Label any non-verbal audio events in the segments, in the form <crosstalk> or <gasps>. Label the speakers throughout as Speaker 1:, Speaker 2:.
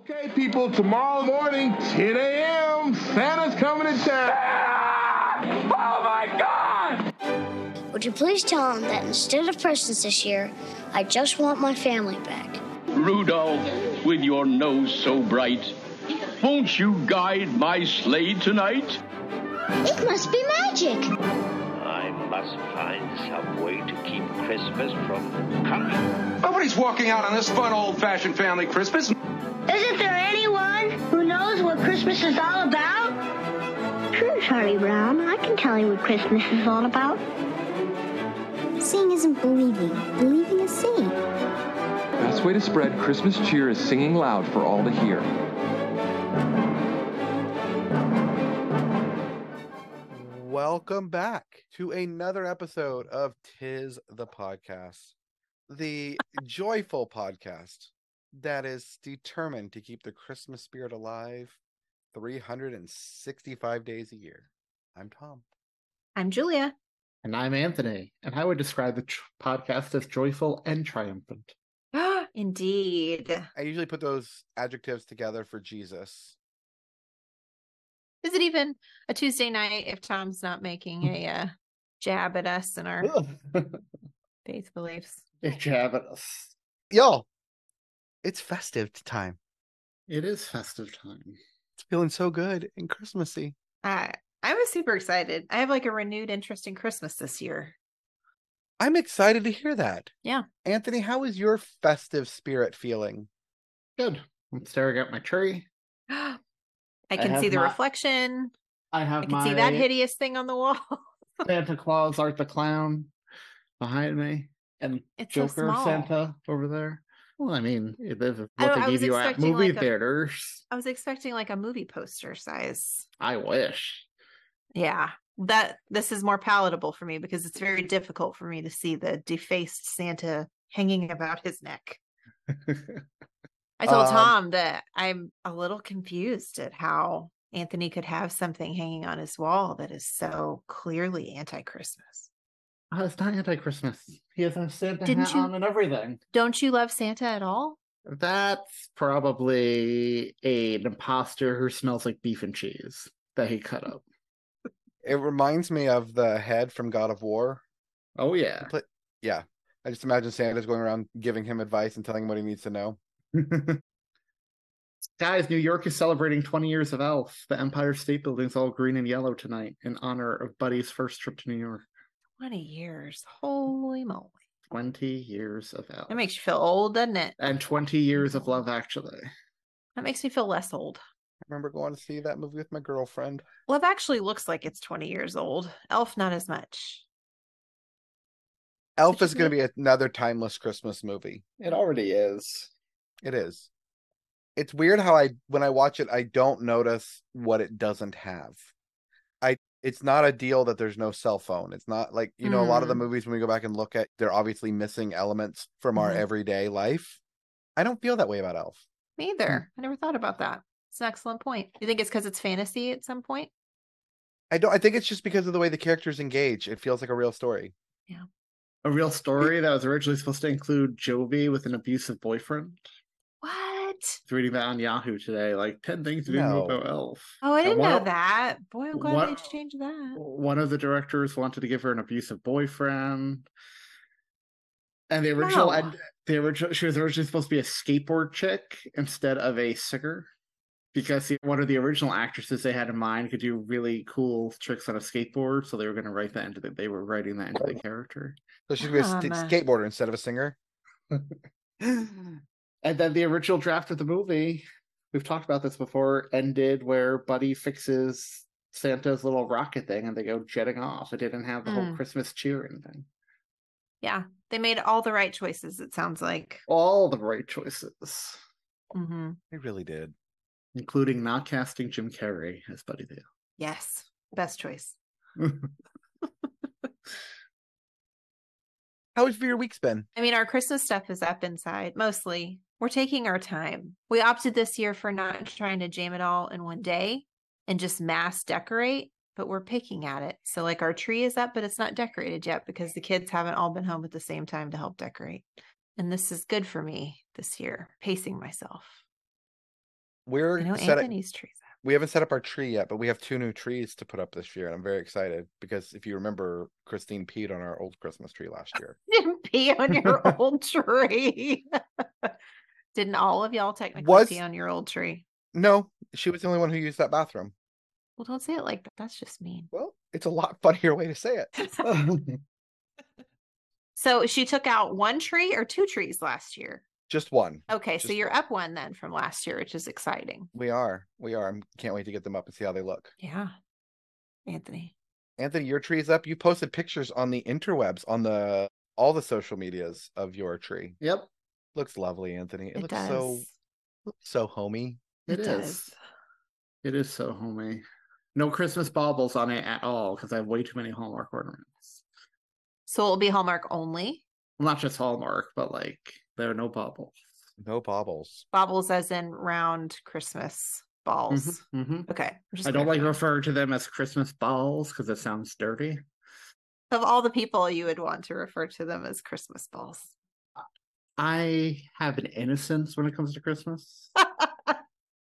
Speaker 1: Okay, people, tomorrow morning, 10 a.m., Santa's coming to town. Oh my God!
Speaker 2: Would you please tell him that instead of presents this year, I just want my family back?
Speaker 3: Rudolph, with your nose so bright, won't you guide my sleigh tonight?
Speaker 2: It must be magic!
Speaker 4: I must find some way to keep Christmas from coming.
Speaker 5: Nobody's walking out on this fun, old fashioned family Christmas.
Speaker 2: Isn't there anyone who knows what Christmas is all
Speaker 6: <laughs>
Speaker 2: about? Sure, Charlie Brown. I can tell you what Christmas is all about. Seeing isn't believing, believing is seeing.
Speaker 7: Best way to spread Christmas cheer is singing loud for all to hear.
Speaker 8: Welcome back to another episode of Tis the Podcast, the joyful podcast that is determined to keep the Christmas spirit alive 365 days a year. I'm Tom.
Speaker 9: I'm Julia.
Speaker 6: And I'm Anthony, and I would describe the tr- podcast as joyful and triumphant.
Speaker 9: <gasps> Indeed.
Speaker 8: I usually put those adjectives together for Jesus.
Speaker 9: Is it even a Tuesday night if Tom's not making
Speaker 6: Hmm.
Speaker 9: a uh, jab at us and our faith beliefs?
Speaker 6: Good job at us.
Speaker 8: Y'all, it's festive time.
Speaker 6: It is festive time.
Speaker 8: It's feeling so good and Christmassy.
Speaker 9: Uh, I was super excited. I have like a renewed interest in Christmas this year. <gasps>
Speaker 8: I'm excited to hear that.
Speaker 9: Yeah.
Speaker 8: Anthony, how is your festive spirit feeling?
Speaker 6: Good. I'm staring at my tree. I
Speaker 9: I can
Speaker 6: have
Speaker 9: see the
Speaker 6: my-
Speaker 9: reflection.
Speaker 6: I have
Speaker 9: I can
Speaker 6: my
Speaker 9: see that hideous thing on the wall. <laughs>
Speaker 6: Santa Claus, Art the Clown behind me, and
Speaker 9: It's so
Speaker 6: Joker
Speaker 9: small.
Speaker 6: Santa over there. Well, I mean, it is what
Speaker 9: I don't- I
Speaker 6: they
Speaker 9: was
Speaker 6: give you at
Speaker 9: expecting,
Speaker 6: movie
Speaker 9: like, a-
Speaker 6: theaters.
Speaker 9: I was expecting like a movie poster size.
Speaker 6: I wish. <laughs>
Speaker 9: Yeah. That this is more palatable for me because it's very difficult for me to see the defaced Santa hanging about his neck. I told
Speaker 8: Um,
Speaker 9: Tom that I'm a little confused at how Anthony could have something hanging on his wall that is so clearly anti Christmas.
Speaker 6: Oh, it's not anti-Christmas. He has a Santa
Speaker 9: Didn't
Speaker 6: hat
Speaker 9: you-
Speaker 6: on and everything.
Speaker 9: Don't you love Santa at all?
Speaker 6: That's probably an imposter who smells like beef and cheese that he cut up.
Speaker 8: It reminds me of the head from God of War.
Speaker 6: Oh yeah.
Speaker 8: Yeah. I just imagine Santa's going around giving him advice and telling him what he needs to know.
Speaker 6: <laughs> Guys, New York is celebrating 20 years of Elf. The Empire State Building's all green and yellow tonight in honor of Buddy's first trip to New York.
Speaker 9: 20 years. Holy moly.
Speaker 6: 20 years of Elf.
Speaker 9: That makes you feel old, doesn't it?
Speaker 6: and 20 years of Love Actually.
Speaker 9: That makes me feel less old.
Speaker 8: I remember going to see that movie with my girlfriend.
Speaker 9: Love actually looks like it's 20 years old. Elf, not as much.
Speaker 8: Elf
Speaker 9: Which
Speaker 8: is
Speaker 9: is
Speaker 8: going to be another timeless Christmas movie.
Speaker 6: It already is.
Speaker 8: It is. It's weird how I when I watch it I don't notice what it doesn't have. I it's not a deal that there's no cell phone. It's not like, you know, a lot of the
Speaker 9: Mm.
Speaker 8: movies when we go back and look at they're obviously missing elements from our
Speaker 9: Mhm.
Speaker 8: everyday life. I don't feel that way about Elf.
Speaker 9: Me either. I never thought about that. It's an excellent point. You think it's because it's fantasy at some point?
Speaker 8: I don't I think it's just because of the way the characters engage. It feels like a real story.
Speaker 6: A real story that was originally supposed to include Jovi with an abusive boyfriend.
Speaker 9: What?
Speaker 6: It's reading that on Yahoo today, like 10 things you didn't know
Speaker 8: No.
Speaker 6: about Elf.
Speaker 9: Oh, I
Speaker 6: And
Speaker 9: didn't
Speaker 6: one
Speaker 9: know
Speaker 6: of-
Speaker 9: that. Boy, I'm glad they
Speaker 6: one-
Speaker 9: changed that.
Speaker 6: One of the directors wanted to give her an abusive boyfriend. And the original,
Speaker 9: No.
Speaker 6: and the original, she was originally supposed to be a skateboard chick instead of a singer, because the, one of the original actresses they had in mind could do really cool tricks on a skateboard, so they were going to write that into the, they were writing that into the character.
Speaker 8: So she's gonna be a st-
Speaker 9: Um,
Speaker 8: skateboarder instead of a singer.
Speaker 6: and then the original draft of the movie, we've talked about this before, ended where Buddy fixes Santa's little rocket thing and they go jetting off. It didn't have the whole
Speaker 9: Mm.
Speaker 6: Christmas cheer or anything.
Speaker 9: Yeah, they made all the right choices, it sounds like.
Speaker 6: All the right choices,
Speaker 9: hmm
Speaker 8: They really did.
Speaker 6: including not casting Jim Carrey as Buddy
Speaker 9: Yes, best choice.
Speaker 6: the
Speaker 8: How has your week's been?
Speaker 9: I mean, our Christmas stuff is up inside mostly. We're taking our time. We opted this year for not trying to jam it all in one day and just mass decorate, but we're picking at it. So, like, our tree is up, but it's not decorated yet because the kids haven't all been home at the same time to help decorate. And this is good for me this year, pacing myself.
Speaker 8: We're
Speaker 9: I know
Speaker 8: set up,
Speaker 9: Anthony's trees. up. <laughs>
Speaker 8: we haven't set up our tree yet, but we have two new trees to put up this year, and I'm very excited because if you remember, Christine peed on our old Christmas tree last year.
Speaker 9: Didn't pee
Speaker 8: <laughs>
Speaker 9: on your old tree. <laughs> Didn't all of y'all technically
Speaker 8: Was-
Speaker 9: pee on your old tree?
Speaker 8: No, she was the only one who used that bathroom.
Speaker 9: Well, don't say it like that. That's just mean.
Speaker 8: Well, it's a lot <laughs> funnier way to say it.
Speaker 9: <laughs> So she took out one tree or two trees last year.
Speaker 8: Just one.
Speaker 9: Okay, so
Speaker 8: Just
Speaker 9: you're
Speaker 8: one.
Speaker 9: up one then from last year, which is exciting.
Speaker 8: We are. We are. I can't wait to get them up and see how they look.
Speaker 9: Yeah. Anthony.
Speaker 8: Anthony, your tree's up. You posted pictures on the interwebs on the all the social medias of your tree.
Speaker 6: <laughs> yep,
Speaker 8: Looks lovely, Anthony. It,
Speaker 9: It,
Speaker 8: looks
Speaker 9: does.
Speaker 8: so so homey.
Speaker 6: it
Speaker 9: It
Speaker 6: is.
Speaker 9: does.
Speaker 6: It is so homey. No Christmas baubles on it at all because I have way too many Hallmark ornaments.
Speaker 9: So it'll be Hallmark only.
Speaker 6: Well, not just Hallmark, but like there are no baubles.
Speaker 8: No baubles.
Speaker 9: Baubles as in round Christmas
Speaker 8: Mm-hmm.
Speaker 9: balls.
Speaker 6: Mhm, mhm.
Speaker 9: Okay. I'm just
Speaker 6: I don't like
Speaker 9: clarifying.
Speaker 6: refer to them as Christmas balls because it sounds dirty.
Speaker 9: of all the people you would want to refer to them as Christmas balls.
Speaker 6: I have an innocence when it comes to
Speaker 9: <laughs>
Speaker 6: Christmas.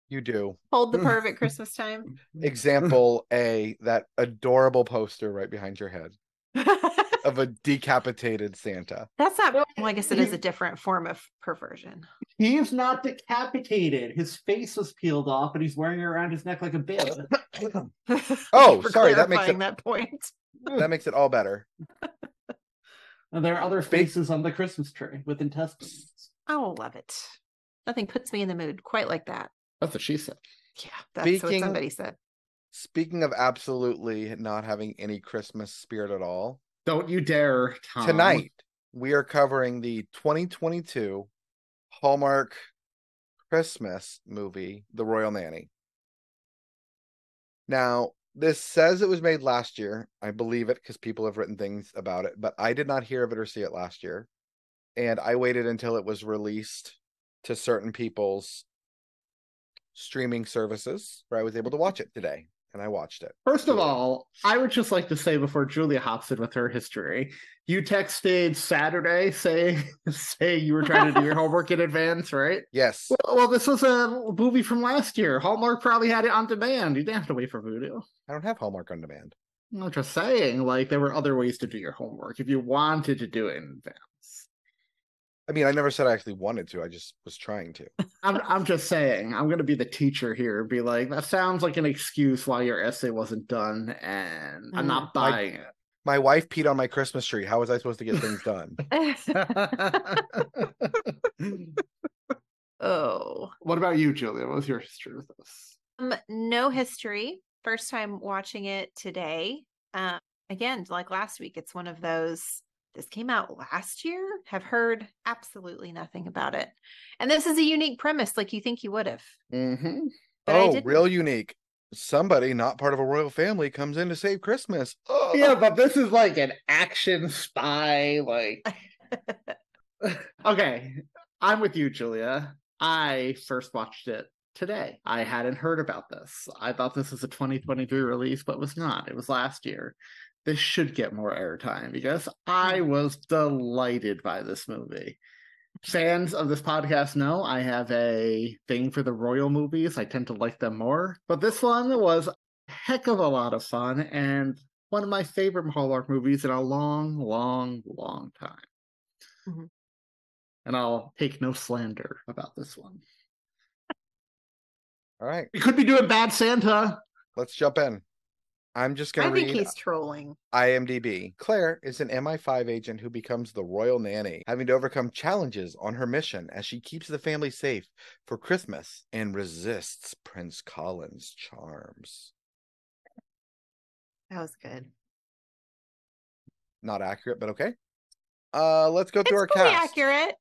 Speaker 8: You do.
Speaker 9: Hold the
Speaker 8: <laughs>
Speaker 9: perv at Christmas time.
Speaker 8: Example A, that adorable poster right behind your head
Speaker 9: <laughs> That's
Speaker 8: of a decapitated Santa.
Speaker 9: not
Speaker 6: No,
Speaker 9: well, I guess it is a different form of perversion. <laughs>
Speaker 6: He is not decapitated. His face was peeled off, and he's wearing it around his neck like a bib.
Speaker 8: Oh,
Speaker 9: For
Speaker 8: sorry, that makes
Speaker 9: clarifying
Speaker 8: it
Speaker 9: that point.
Speaker 8: that makes it all better.
Speaker 6: and there are other
Speaker 8: Big-
Speaker 6: faces on the Christmas tree with intestines.
Speaker 9: I will love it. Nothing puts me in the mood quite like that.
Speaker 6: That's what she said.
Speaker 9: Yeah, that's what
Speaker 8: Speaking- <laughs>
Speaker 9: somebody said. <laughs>
Speaker 8: Speaking of absolutely not having any Christmas spirit at all,
Speaker 6: Don't you dare, Tom.
Speaker 8: tonight we are covering the 2022 Hallmark Christmas movie, The Royal Nanny. Now, this says it was made last year. I believe it because people have written things about it, but I did not hear of it or see it last year. And I waited until it was released to certain people's streaming services where I was able to watch it today. And I watched it.
Speaker 6: First of
Speaker 8: Julia.
Speaker 6: all, I would just like to say before Julia hops in with her history, you texted Saturday saying <laughs> saying you were trying to do your homework in advance, right?
Speaker 8: Yes.
Speaker 6: Well, well, this was a movie from last year. Hallmark probably had it on demand. You didn't have to wait for Voodoo.
Speaker 8: I don't have Hallmark on demand.
Speaker 6: I'm just saying, like there were other ways to do your homework if you wanted to do it in advance.
Speaker 8: I mean, I never said I actually wanted to. I just was trying to.
Speaker 6: I'm I'm just saying, I'm gonna be the teacher here and be like, that sounds like an excuse why your essay wasn't done, and I'm not
Speaker 8: Like-
Speaker 6: buying it.
Speaker 8: My wife peed on my Christmas tree. How was I supposed to get things done?
Speaker 9: oh.
Speaker 6: <laughs> What about you, Julia? What was your history with this?
Speaker 9: Um, no history. First time watching it today. Um, again, like last week, it's one of those. This came out last year. Have heard absolutely nothing about it. And this is a unique premise. Like you think you would have,
Speaker 6: Mm-hmm.
Speaker 9: <laughs> but I
Speaker 8: oh,
Speaker 9: didn't. <laughs>
Speaker 8: real unique. Somebody not part of a royal family comes in to save Christmas. Oh,
Speaker 6: Yeah, but this is like an action spy. Like, okay, I'm with you, Julia. I first watched it today. I hadn't heard about this. I thought this was a 2023 release, but was not. It was last year. This should get more airtime because I was delighted by this movie. Fans of this podcast know I have a thing for the royal movies. I tend to like them more. But this one was a heck of a lot of fun and one of my favorite Hallmark movies in a long, long, long time.
Speaker 9: Mhm.
Speaker 6: And I'll take no slander about this one.
Speaker 8: all right.
Speaker 6: We could be doing Bad Santa.
Speaker 8: Let's jump in. I'm just
Speaker 9: I
Speaker 8: going to
Speaker 9: think
Speaker 8: read
Speaker 9: he's trolling.
Speaker 8: IMDb. Claire is an MI5 agent who becomes the royal nanny, having to overcome challenges on her mission as she keeps the family safe for Christmas and resists Prince Colin's charms.
Speaker 9: That was good.
Speaker 8: Not accurate, but okay. Uh, let's go
Speaker 9: It's
Speaker 8: through our
Speaker 9: pretty
Speaker 8: cast.
Speaker 9: accurate.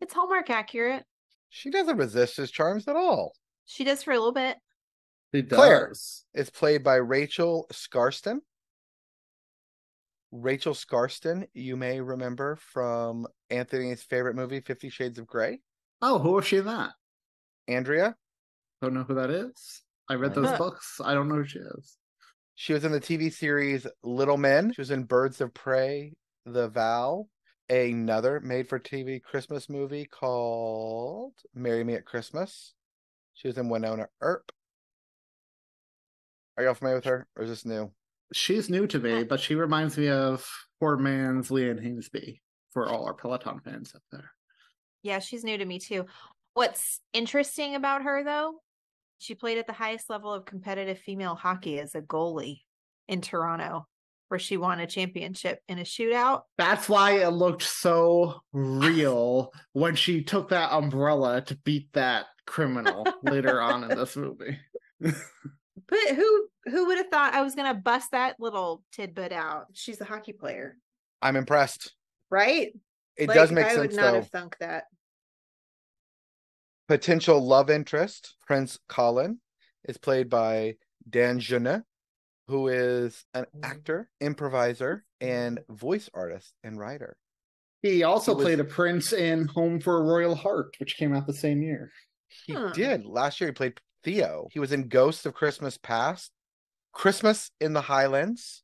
Speaker 9: It's Hallmark accurate.
Speaker 8: She doesn't resist his charms at all.
Speaker 9: She does for a little bit.
Speaker 6: It
Speaker 8: Claire. It's played by Rachel Scarston. Rachel Scarston, you may remember from Anthony's favorite movie, Fifty Shades of Grey.
Speaker 6: Oh, who was she in that?
Speaker 8: Andrea,
Speaker 6: Don't know who that is. I read those
Speaker 9: Huh.
Speaker 6: books. I don't know who she is.
Speaker 8: she was in the TV series Little Men. She was in Birds of Prey, The Vow, another made for TV Christmas movie called Marry Me at Christmas. She was in Winona Earp. Are y'all familiar with her, or is this new?
Speaker 6: She's new to me, but she reminds me of poor man's Leanne Hainsby for all our Peloton fans up there.
Speaker 9: Yeah, she's new to me too. What's interesting about her though, she played at the highest level of competitive female hockey as a goalie in Toronto, where she won a championship in a shootout.
Speaker 6: That's why it looked so <laughs> real when she took that umbrella to beat that criminal later on in <laughs> this movie.
Speaker 9: But who who would have thought I was gonna bust that little tidbit out? She's a hockey player,
Speaker 8: I'm impressed.
Speaker 9: right?
Speaker 8: It
Speaker 9: Like,
Speaker 8: does make
Speaker 9: I
Speaker 8: sense
Speaker 9: would not
Speaker 8: though.
Speaker 9: have thunk that.
Speaker 8: potential love interest, Prince Colin, is played by Dan Jeune, who is an
Speaker 9: Oh.
Speaker 8: actor, improviser, and voice artist and writer.
Speaker 6: He also
Speaker 8: It was-
Speaker 6: played a prince in Home for a Royal Heart, which came out the same year.
Speaker 8: He
Speaker 9: Huh.
Speaker 8: did. Last year he played Theo. He was in Ghosts of Christmas Past, Christmas in the Highlands,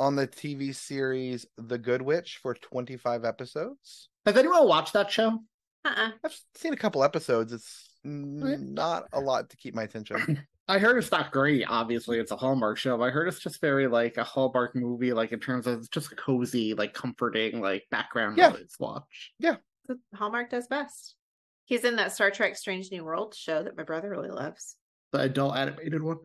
Speaker 8: on the TV series The Good Witch for 25 episodes.
Speaker 6: Has anyone watched that show?
Speaker 9: Uh-uh.
Speaker 8: I've seen a couple episodes. It's
Speaker 9: Oh,
Speaker 8: n- not a lot to keep my attention.
Speaker 9: <coughs>
Speaker 6: I heard it's not great. Obviously, it's a Hallmark show. But I heard it's just very like a Hallmark movie, like in terms of it's just a cozy, like comforting, like background
Speaker 8: Yeah.
Speaker 6: noise watch.
Speaker 9: That's what Hallmark does best. He's in that Star Trek Strange New World show that my brother really loves.
Speaker 6: The adult animated one.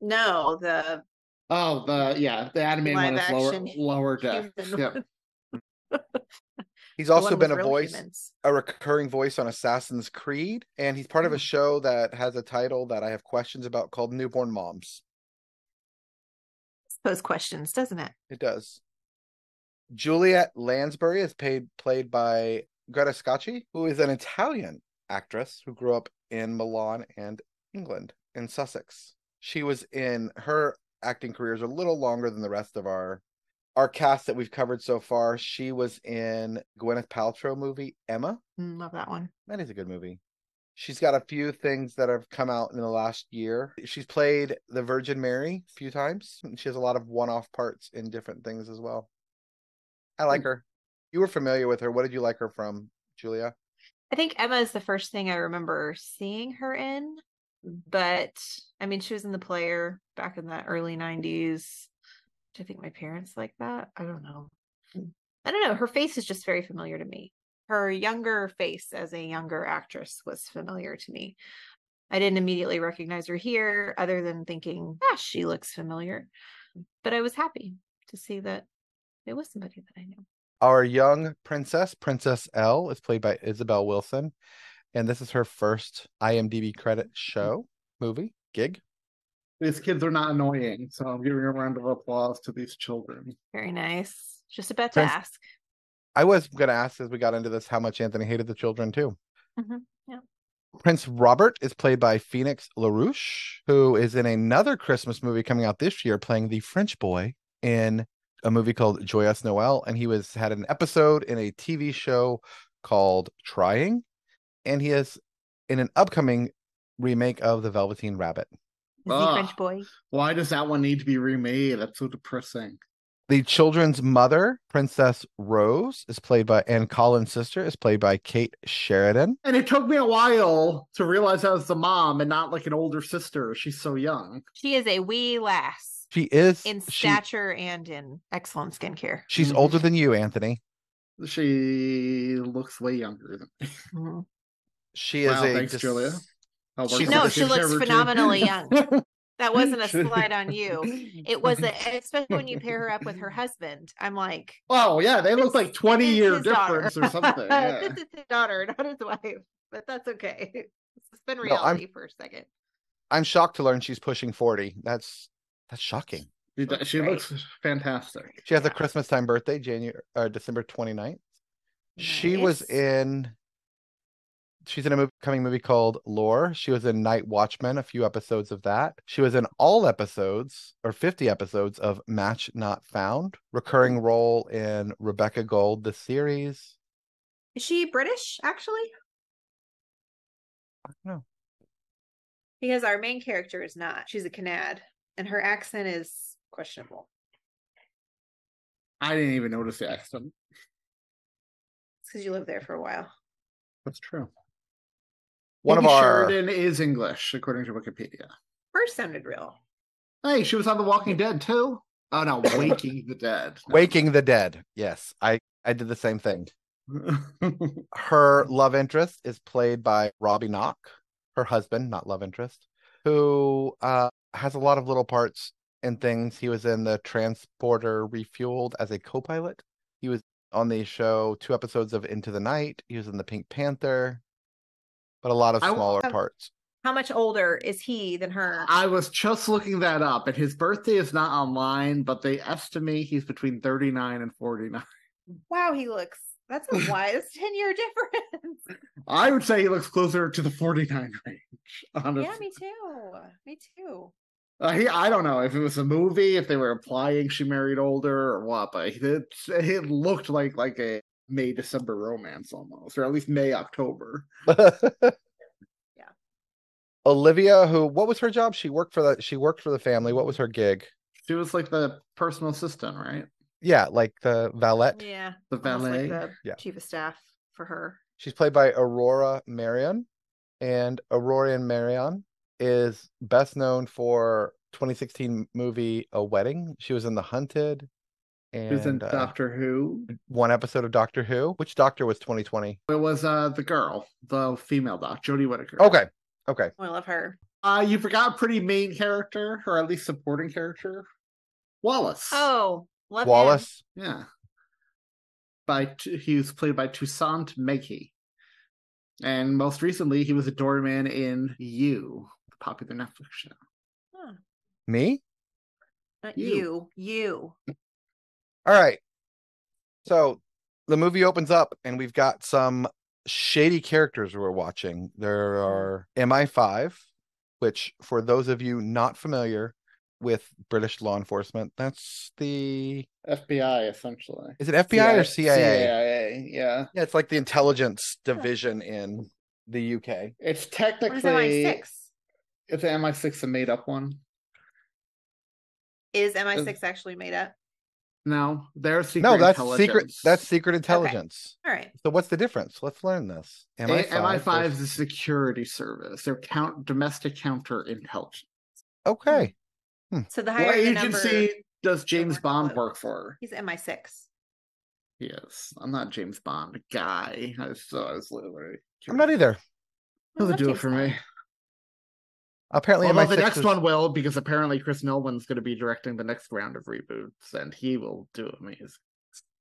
Speaker 9: No, the
Speaker 6: Oh, the yeah, the animated
Speaker 9: Live
Speaker 6: one is
Speaker 9: action
Speaker 6: lower lower deck.
Speaker 9: <laughs> human
Speaker 6: Yep.
Speaker 9: one.
Speaker 8: He's
Speaker 9: the
Speaker 8: also
Speaker 9: one
Speaker 8: been a
Speaker 9: with real
Speaker 8: voice
Speaker 9: humans.
Speaker 8: a recurring voice on Assassin's Creed, and he's part of a show that has a title that I have questions about called Newborn Moms.
Speaker 9: Pose questions, doesn't it?
Speaker 8: It does. Juliet Lansbury is paid, played by Greta Scacchi, who is an Italian actress who grew up in Milan and England in Sussex. She was in her acting careers a little longer than the rest of our our cast that we've covered so far. She was in Gwyneth Paltrow movie Emma,
Speaker 9: Mm, love that one.
Speaker 8: That is a good movie. She's got a few things that have come out in the last year. She's played the Virgin Mary a few times. and She has a lot of one off parts in different things as well. I like her. You were familiar with her. What did you like her from, Julia?
Speaker 9: I think Emma is the first thing I remember seeing her in, Mm. but I mean, she was in the player back in the early 90s. Do I think my parents like that? I don't know. I don't know. Her face is just very familiar to me. Her younger face as a younger actress was familiar to me. I didn't immediately recognize her here, other than thinking, ah, she looks familiar. But I was happy to see that it was somebody that I knew.
Speaker 8: Our young princess, Princess L, is played by Isabel Wilson. And this is her first IMDb credit show, movie, gig.
Speaker 6: These kids are not annoying, so I'm giving a round of applause to these children.
Speaker 9: Very nice. Just about to
Speaker 8: Prince-
Speaker 9: ask.
Speaker 8: I was going to ask as we got into this how much Anthony hated the children too.
Speaker 9: Mhm, yeah.
Speaker 8: Prince Robert is played by Phoenix LaRouche, who is in another Christmas movie coming out this year, playing the French boy in a movie called Joyous Noel, and he was had an episode in a TV show called Trying, and he is in an upcoming remake of The Velveteen Rabbit.
Speaker 9: The French
Speaker 6: Ah.
Speaker 9: boy.
Speaker 6: Why does that one need to be remade? That's so depressing.
Speaker 8: The children's mother, Princess Rose, is played by and Colin's sister is played by Kate Sheridan.
Speaker 6: And it took me a while to realize I was the mom and not like an older sister. She's so young.
Speaker 9: She is a wee lass
Speaker 8: She is
Speaker 9: in
Speaker 8: she-
Speaker 9: stature and in excellent skincare.
Speaker 8: she's
Speaker 6: Mhm.
Speaker 8: older than you, Anthony.
Speaker 6: She looks way younger than me. <laughs>
Speaker 9: Mhm.
Speaker 8: She is
Speaker 6: Wow,
Speaker 8: a
Speaker 6: thanks, Julia. I'll work
Speaker 8: She's-
Speaker 6: on
Speaker 8: No,
Speaker 6: this
Speaker 9: she looks
Speaker 6: routine. <laughs>
Speaker 9: phenomenally young. That wasn't a
Speaker 6: She-
Speaker 9: slide on you. It
Speaker 6: <laughs>
Speaker 9: was, a, especially when you pair her up with her husband. I'm like,
Speaker 6: Oh yeah, they look
Speaker 9: this-
Speaker 6: like twenty
Speaker 9: this
Speaker 6: year
Speaker 9: is daughter.
Speaker 6: difference or something. Yeah.
Speaker 9: <laughs> this is his daughter, <laughs> not his wife, but that's okay. <laughs> It's been
Speaker 8: No, I'm-
Speaker 9: reality for a second.
Speaker 8: I'm shocked to learn she's pushing 40. That's that's shocking.
Speaker 6: She,
Speaker 9: looks
Speaker 6: she
Speaker 9: great.
Speaker 6: looks fantastic.
Speaker 8: She has a
Speaker 9: Yeah.
Speaker 8: Christmas time birthday, January uh, December 29th. She was
Speaker 9: Nice.
Speaker 8: in she's in a movie, coming movie called Lore. She was in Night Watchman, a few episodes of that. She was in all episodes or 50 episodes of Match Not Found,
Speaker 9: Mm.
Speaker 8: recurring role in Rebecca Gold the series.
Speaker 9: Is she British, actually?
Speaker 8: don't know.
Speaker 9: Because our main character is not. She's a Canad, and her accent is questionable.
Speaker 6: I didn't even notice the accent.
Speaker 9: It's because you lived there for a while.
Speaker 6: That's true.
Speaker 8: One of
Speaker 6: Phoebe
Speaker 8: our
Speaker 6: Sheridan is English, according to Wikipedia.
Speaker 9: First sounded real.
Speaker 6: Hey, she was on The Walking Dead too. Oh
Speaker 8: <coughs>
Speaker 6: no, Waking the Dead.
Speaker 8: Waking the Dead. Yes, I I did the same thing. Her love interest is played by Robbie Knock, her husband, not love interest, who uh, has a lot of little parts and things. He was in the Transporter Refueled as a co-pilot. He was on the show two episodes of Into the Night. He was in the Pink Panther, but a lot of
Speaker 6: I w-
Speaker 8: smaller
Speaker 9: um,
Speaker 8: parts.
Speaker 9: How much older is he than her?
Speaker 6: <laughs> I was just looking that up, and his birthday is not online, but they estimate he's between 39 and 49.
Speaker 9: wow, he looks. That's a wise <laughs> ten year difference.
Speaker 6: I would say he looks closer to the 49 range. Honestly.
Speaker 9: yeah, me too. Me too.
Speaker 6: Uh, he, I don't know if it was a movie, if they were implying she married older or what, but he did, it looked like like a May December romance almost, or at least May October.
Speaker 8: Olivia, who what was her job? She worked for the she worked for the family. What was her gig?
Speaker 6: She was like the personal assistant, right?
Speaker 8: Yeah, like the valet.
Speaker 9: Yeah,
Speaker 6: The
Speaker 9: almost
Speaker 6: valet.
Speaker 9: like the
Speaker 8: Yeah.
Speaker 9: chief of staff for her.
Speaker 8: She's played by Aurora Marion, and Aurora Marion is best known for 2016 movie A Wedding. She was in The Hunted, and
Speaker 6: She was in
Speaker 8: uh,
Speaker 6: Doctor Who.
Speaker 8: one episode of Doctor Who. Which Doctor was 2020?
Speaker 6: It was uh the girl, the female doc, Jodie Whittaker.
Speaker 8: Okay, okay.
Speaker 9: Oh, I love her.
Speaker 6: Uh you forgot a pretty main character, or at least supporting character. Wallace.
Speaker 9: Oh, love him.
Speaker 8: Wallace.
Speaker 6: Yeah. By T- he was played by Toussaint Mackey, and most recently he was a doorman in You, the popular Netflix show.
Speaker 8: Me?
Speaker 9: Not
Speaker 6: You.
Speaker 9: you, you.
Speaker 8: All right. So the movie opens up, and we've got some shady characters we're watching. There
Speaker 6: Mm-hmm.
Speaker 8: are MI5, which, for those of you not familiar with British law enforcement, that's the
Speaker 6: FBI essentially.
Speaker 8: is it FBI or CIA?
Speaker 6: CIA, yeah.
Speaker 8: Yeah, it's like the intelligence division in the UK.
Speaker 6: It's
Speaker 9: What is MI
Speaker 6: technically
Speaker 9: six?
Speaker 6: it's an MI6 a made up one.
Speaker 9: Is MI six actually made up?
Speaker 6: No, they're secret.
Speaker 8: no, that's secret.
Speaker 6: intelligence.
Speaker 8: That's secret intelligence.
Speaker 9: All right.
Speaker 8: So what's the difference? Let's learn this.
Speaker 6: MI5, MI5
Speaker 8: versus-
Speaker 6: is a security service. They're count domestic counter intelligence.
Speaker 8: Okay.
Speaker 9: So the higher
Speaker 6: What
Speaker 9: the
Speaker 6: agency
Speaker 9: number,
Speaker 6: does James
Speaker 9: we're
Speaker 6: Bond
Speaker 9: close.
Speaker 6: work for?
Speaker 9: he's MI six.
Speaker 6: Yes, I'm not James Bond guy. I was, so I was literally.
Speaker 8: I'm not either.
Speaker 6: Doesn't do it for me.
Speaker 8: Apparently,
Speaker 6: Although
Speaker 8: MI6
Speaker 6: the next
Speaker 8: was-
Speaker 6: one will, because apparently Chris Nolan's going to be directing the next round of reboots, and he will do amazing.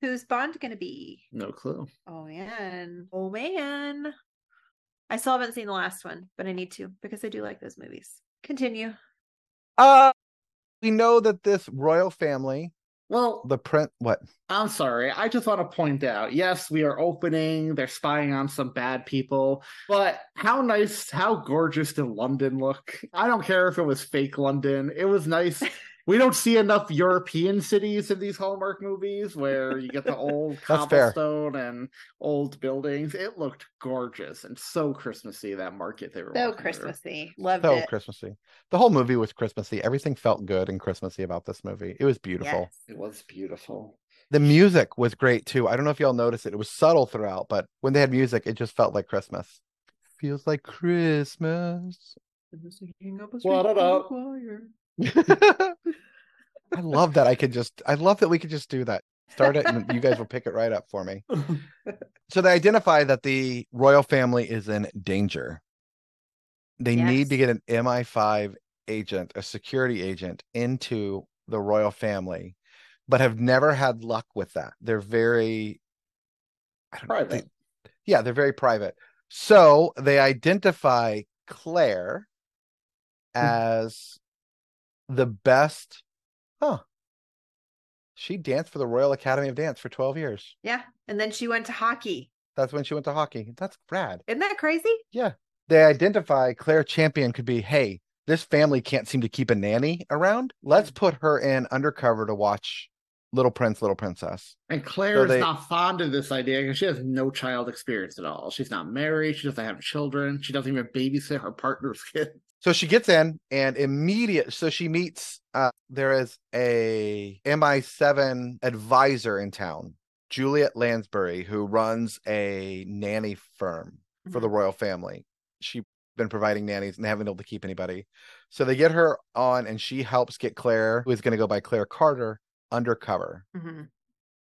Speaker 9: Who's Bond gonna be?
Speaker 6: No clue.
Speaker 9: Oh man. Oh man. I still haven't seen the last one, but I need to because I do like those movies. Continue.
Speaker 8: Uh, we know that this royal family,
Speaker 6: Well,
Speaker 8: the print, what?
Speaker 6: I'm sorry. I just want to point out yes, we are opening. They're spying on some bad people. But how nice, how gorgeous did London look? I don't care if it was fake London. It was nice. we don't see enough European cities in these Hallmark movies where you get the old
Speaker 8: That's fair.
Speaker 6: cobblestone and old buildings. It looked gorgeous and so Christmassy that market they were
Speaker 9: So
Speaker 6: walking through.
Speaker 9: Christmassy. Loved
Speaker 8: Oh, So
Speaker 9: it.
Speaker 8: Christmassy. The whole movie was Christmassy. Everything felt good and Christmassy about this movie. It was beautiful.
Speaker 9: Yes.
Speaker 6: It was beautiful.
Speaker 8: The music was great too. I don't know if y'all noticed it. It was subtle throughout, but when they had music, it just felt like Christmas. Feels like Christmas.
Speaker 6: Wa-da-da.
Speaker 8: I love that I could just I love that we could just do that. <laughs> Start it and you
Speaker 9: <laughs>
Speaker 8: guys will pick it right up for me. So they identify that the royal family is in danger. They need to
Speaker 9: Yes.
Speaker 8: get an MI5 agent, a security agent into the royal family, but have never had luck with that. They're very I don't know, they-
Speaker 6: Private.
Speaker 8: yeah, they're very private. So they identify Claire as the best. Huh. She danced for the Royal Academy of Dance for 12 years.
Speaker 9: Yeah. And then she went to hockey.
Speaker 8: That's when she went to hockey. That's rad.
Speaker 9: Isn't that crazy?
Speaker 8: They identify Claire Champion could be, hey, this family can't seem to keep a nanny around. Let's put her in undercover to watch Little Prince, Little Princess.
Speaker 6: And Claire
Speaker 8: they-
Speaker 6: is not fond of this idea because she has no child experience at all. She's not married. She doesn't have children. She doesn't even babysit her partner's <laughs> kid.
Speaker 8: So she gets in and immediate so she meets uh there is a MI7 advisor in town, Juliet
Speaker 9: Mm-hmm.
Speaker 8: Lansbury, who runs a nanny firm for the royal family. She been providing nannies and they haven't been able to keep anybody. So they get her on and she helps get Claire, who is going to go by Claire Carter, undercover.
Speaker 9: Mhm.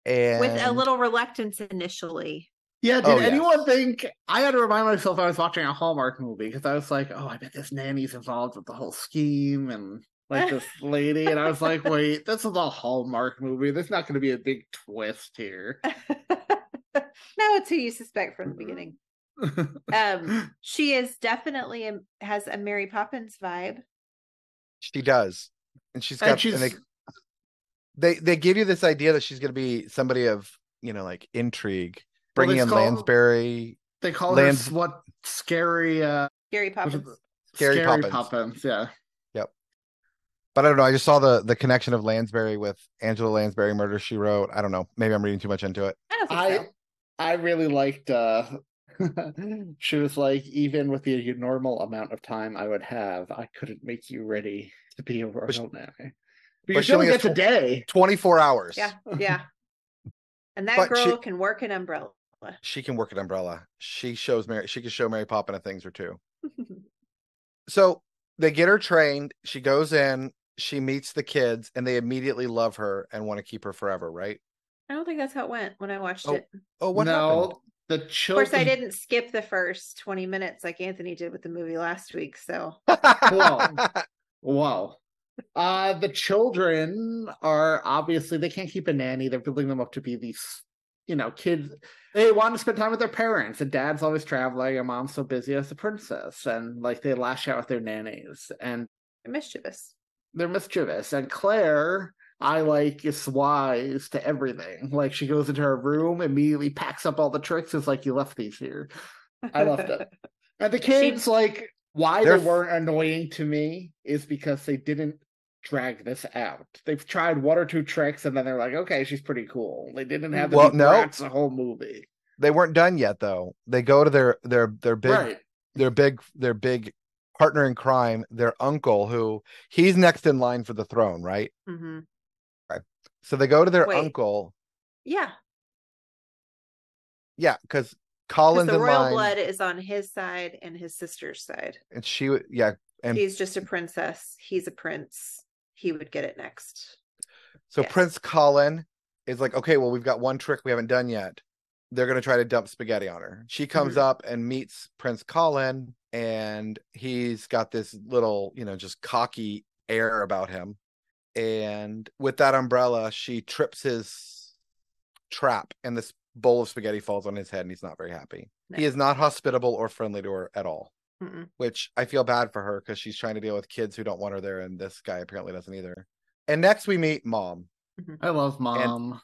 Speaker 8: And
Speaker 9: with a little reluctance initially. <laughs>
Speaker 6: Yeah, did
Speaker 8: Oh, yes.
Speaker 6: anyone think I had to remind myself I was watching a Hallmark movie because I was like, oh, I bet this nanny's involved with the whole scheme and like
Speaker 8: <laughs>
Speaker 6: this lady, and I was like, wait, this is a Hallmark movie. There's not going to be a big twist here. <laughs>
Speaker 9: no, it's who you suspect from the
Speaker 8: Mm-hmm.
Speaker 9: beginning.
Speaker 8: <gasps>
Speaker 9: Um, she is definitely a, has a Mary Poppins vibe.
Speaker 8: she does. And she's got
Speaker 6: and she's
Speaker 8: and they, they they give you this idea that she's going to be somebody of, you know, like intrigue,
Speaker 6: Well,
Speaker 8: bringing
Speaker 6: it's
Speaker 8: in
Speaker 6: called-
Speaker 8: Lansbury,
Speaker 6: they call
Speaker 8: Land's-
Speaker 6: her what scary uh
Speaker 9: Gary Poppins.
Speaker 8: Scary
Speaker 6: scary,
Speaker 8: Poppins.
Speaker 6: Poppins. Yeah,
Speaker 8: but I don't know. I just saw the the connection of Lansbury with Angela Lansbury murder she wrote. I don't know. Maybe I'm reading too much into it.
Speaker 9: I don't
Speaker 8: <laughs>
Speaker 9: think
Speaker 6: I
Speaker 9: so.
Speaker 6: I really liked uh <laughs> she was like even with the normal amount of time I would have, I couldn't make you ready to be a royal
Speaker 8: she-
Speaker 6: nanny. Because she
Speaker 8: showing
Speaker 6: only
Speaker 8: us
Speaker 6: gets a
Speaker 8: tw-
Speaker 6: day.
Speaker 8: 24 hours.
Speaker 9: Yeah, yeah. And that
Speaker 8: But
Speaker 9: girl
Speaker 8: she-
Speaker 9: can work an umbrella. <laughs>
Speaker 8: She can work at Umbrella. She shows Mary she can show Mary Poppin a things or two. So they get her trained. She goes in, she meets the kids, and they immediately love her and want to keep her forever, right?
Speaker 9: I don't think that's how it went when I watched
Speaker 8: Oh,
Speaker 9: it.
Speaker 8: Oh, what happened?
Speaker 6: no, the
Speaker 9: Of
Speaker 6: children
Speaker 9: course, I didn't skip the first 20 minutes like Anthony did with the movie last week.
Speaker 8: <laughs>
Speaker 9: So
Speaker 6: Well. Wow. Uh the children are obviously they can't keep a nanny. They're building them up to be these, you know, kids. They want to spend time with their parents. And dad's always traveling, and mom's so busy as a princess. And like they lash out at their nannies and
Speaker 9: mischievous.
Speaker 6: they're mischievous. And Claire, I like, is wise to everything. Like she goes into her room, immediately packs up all the tricks, is like, you left these here. I loved
Speaker 9: <laughs>
Speaker 6: it. And the kids, like, why
Speaker 8: They're
Speaker 6: they
Speaker 8: f-
Speaker 6: weren't annoying to me is because they didn't drag this out. They've tried one or two tricks, and then they're like, okay, she's pretty cool. They didn't have to
Speaker 8: Well,
Speaker 6: be
Speaker 8: no.
Speaker 6: brats the whole movie.
Speaker 8: they weren't done yet though. They go to their their their big
Speaker 6: right.
Speaker 8: their big their big partner in crime, their uncle who he's next in line for the throne, right?
Speaker 9: hmm
Speaker 8: So they go to their
Speaker 9: Wait.
Speaker 8: uncle.
Speaker 9: Yeah,
Speaker 8: Yeah, because
Speaker 9: because
Speaker 8: Colin's
Speaker 9: the
Speaker 8: in
Speaker 9: royal
Speaker 8: line,
Speaker 9: blood is on his side and his sister's side.
Speaker 8: and she would yeah. And-
Speaker 9: She's just a princess. He's a prince. He would get it next.
Speaker 8: So
Speaker 9: Yes.
Speaker 8: Prince Colin is like, okay, well, we've got one trick we haven't done yet. They're gonna try to dump spaghetti on her. She comes
Speaker 9: Mhm.
Speaker 8: up and meets Prince Colin, and he's got this little, you know, just cocky air about him. And with that umbrella, she trips his trap, and this bowl of spaghetti falls on his head, and he's not very happy. He
Speaker 9: No.
Speaker 8: is not hospitable or friendly to her at all,
Speaker 9: Mm-mm.
Speaker 8: which I feel bad for her because she's trying to deal with kids who don't want her there, and this guy apparently doesn't either. And next we meet mom.
Speaker 6: I love mom.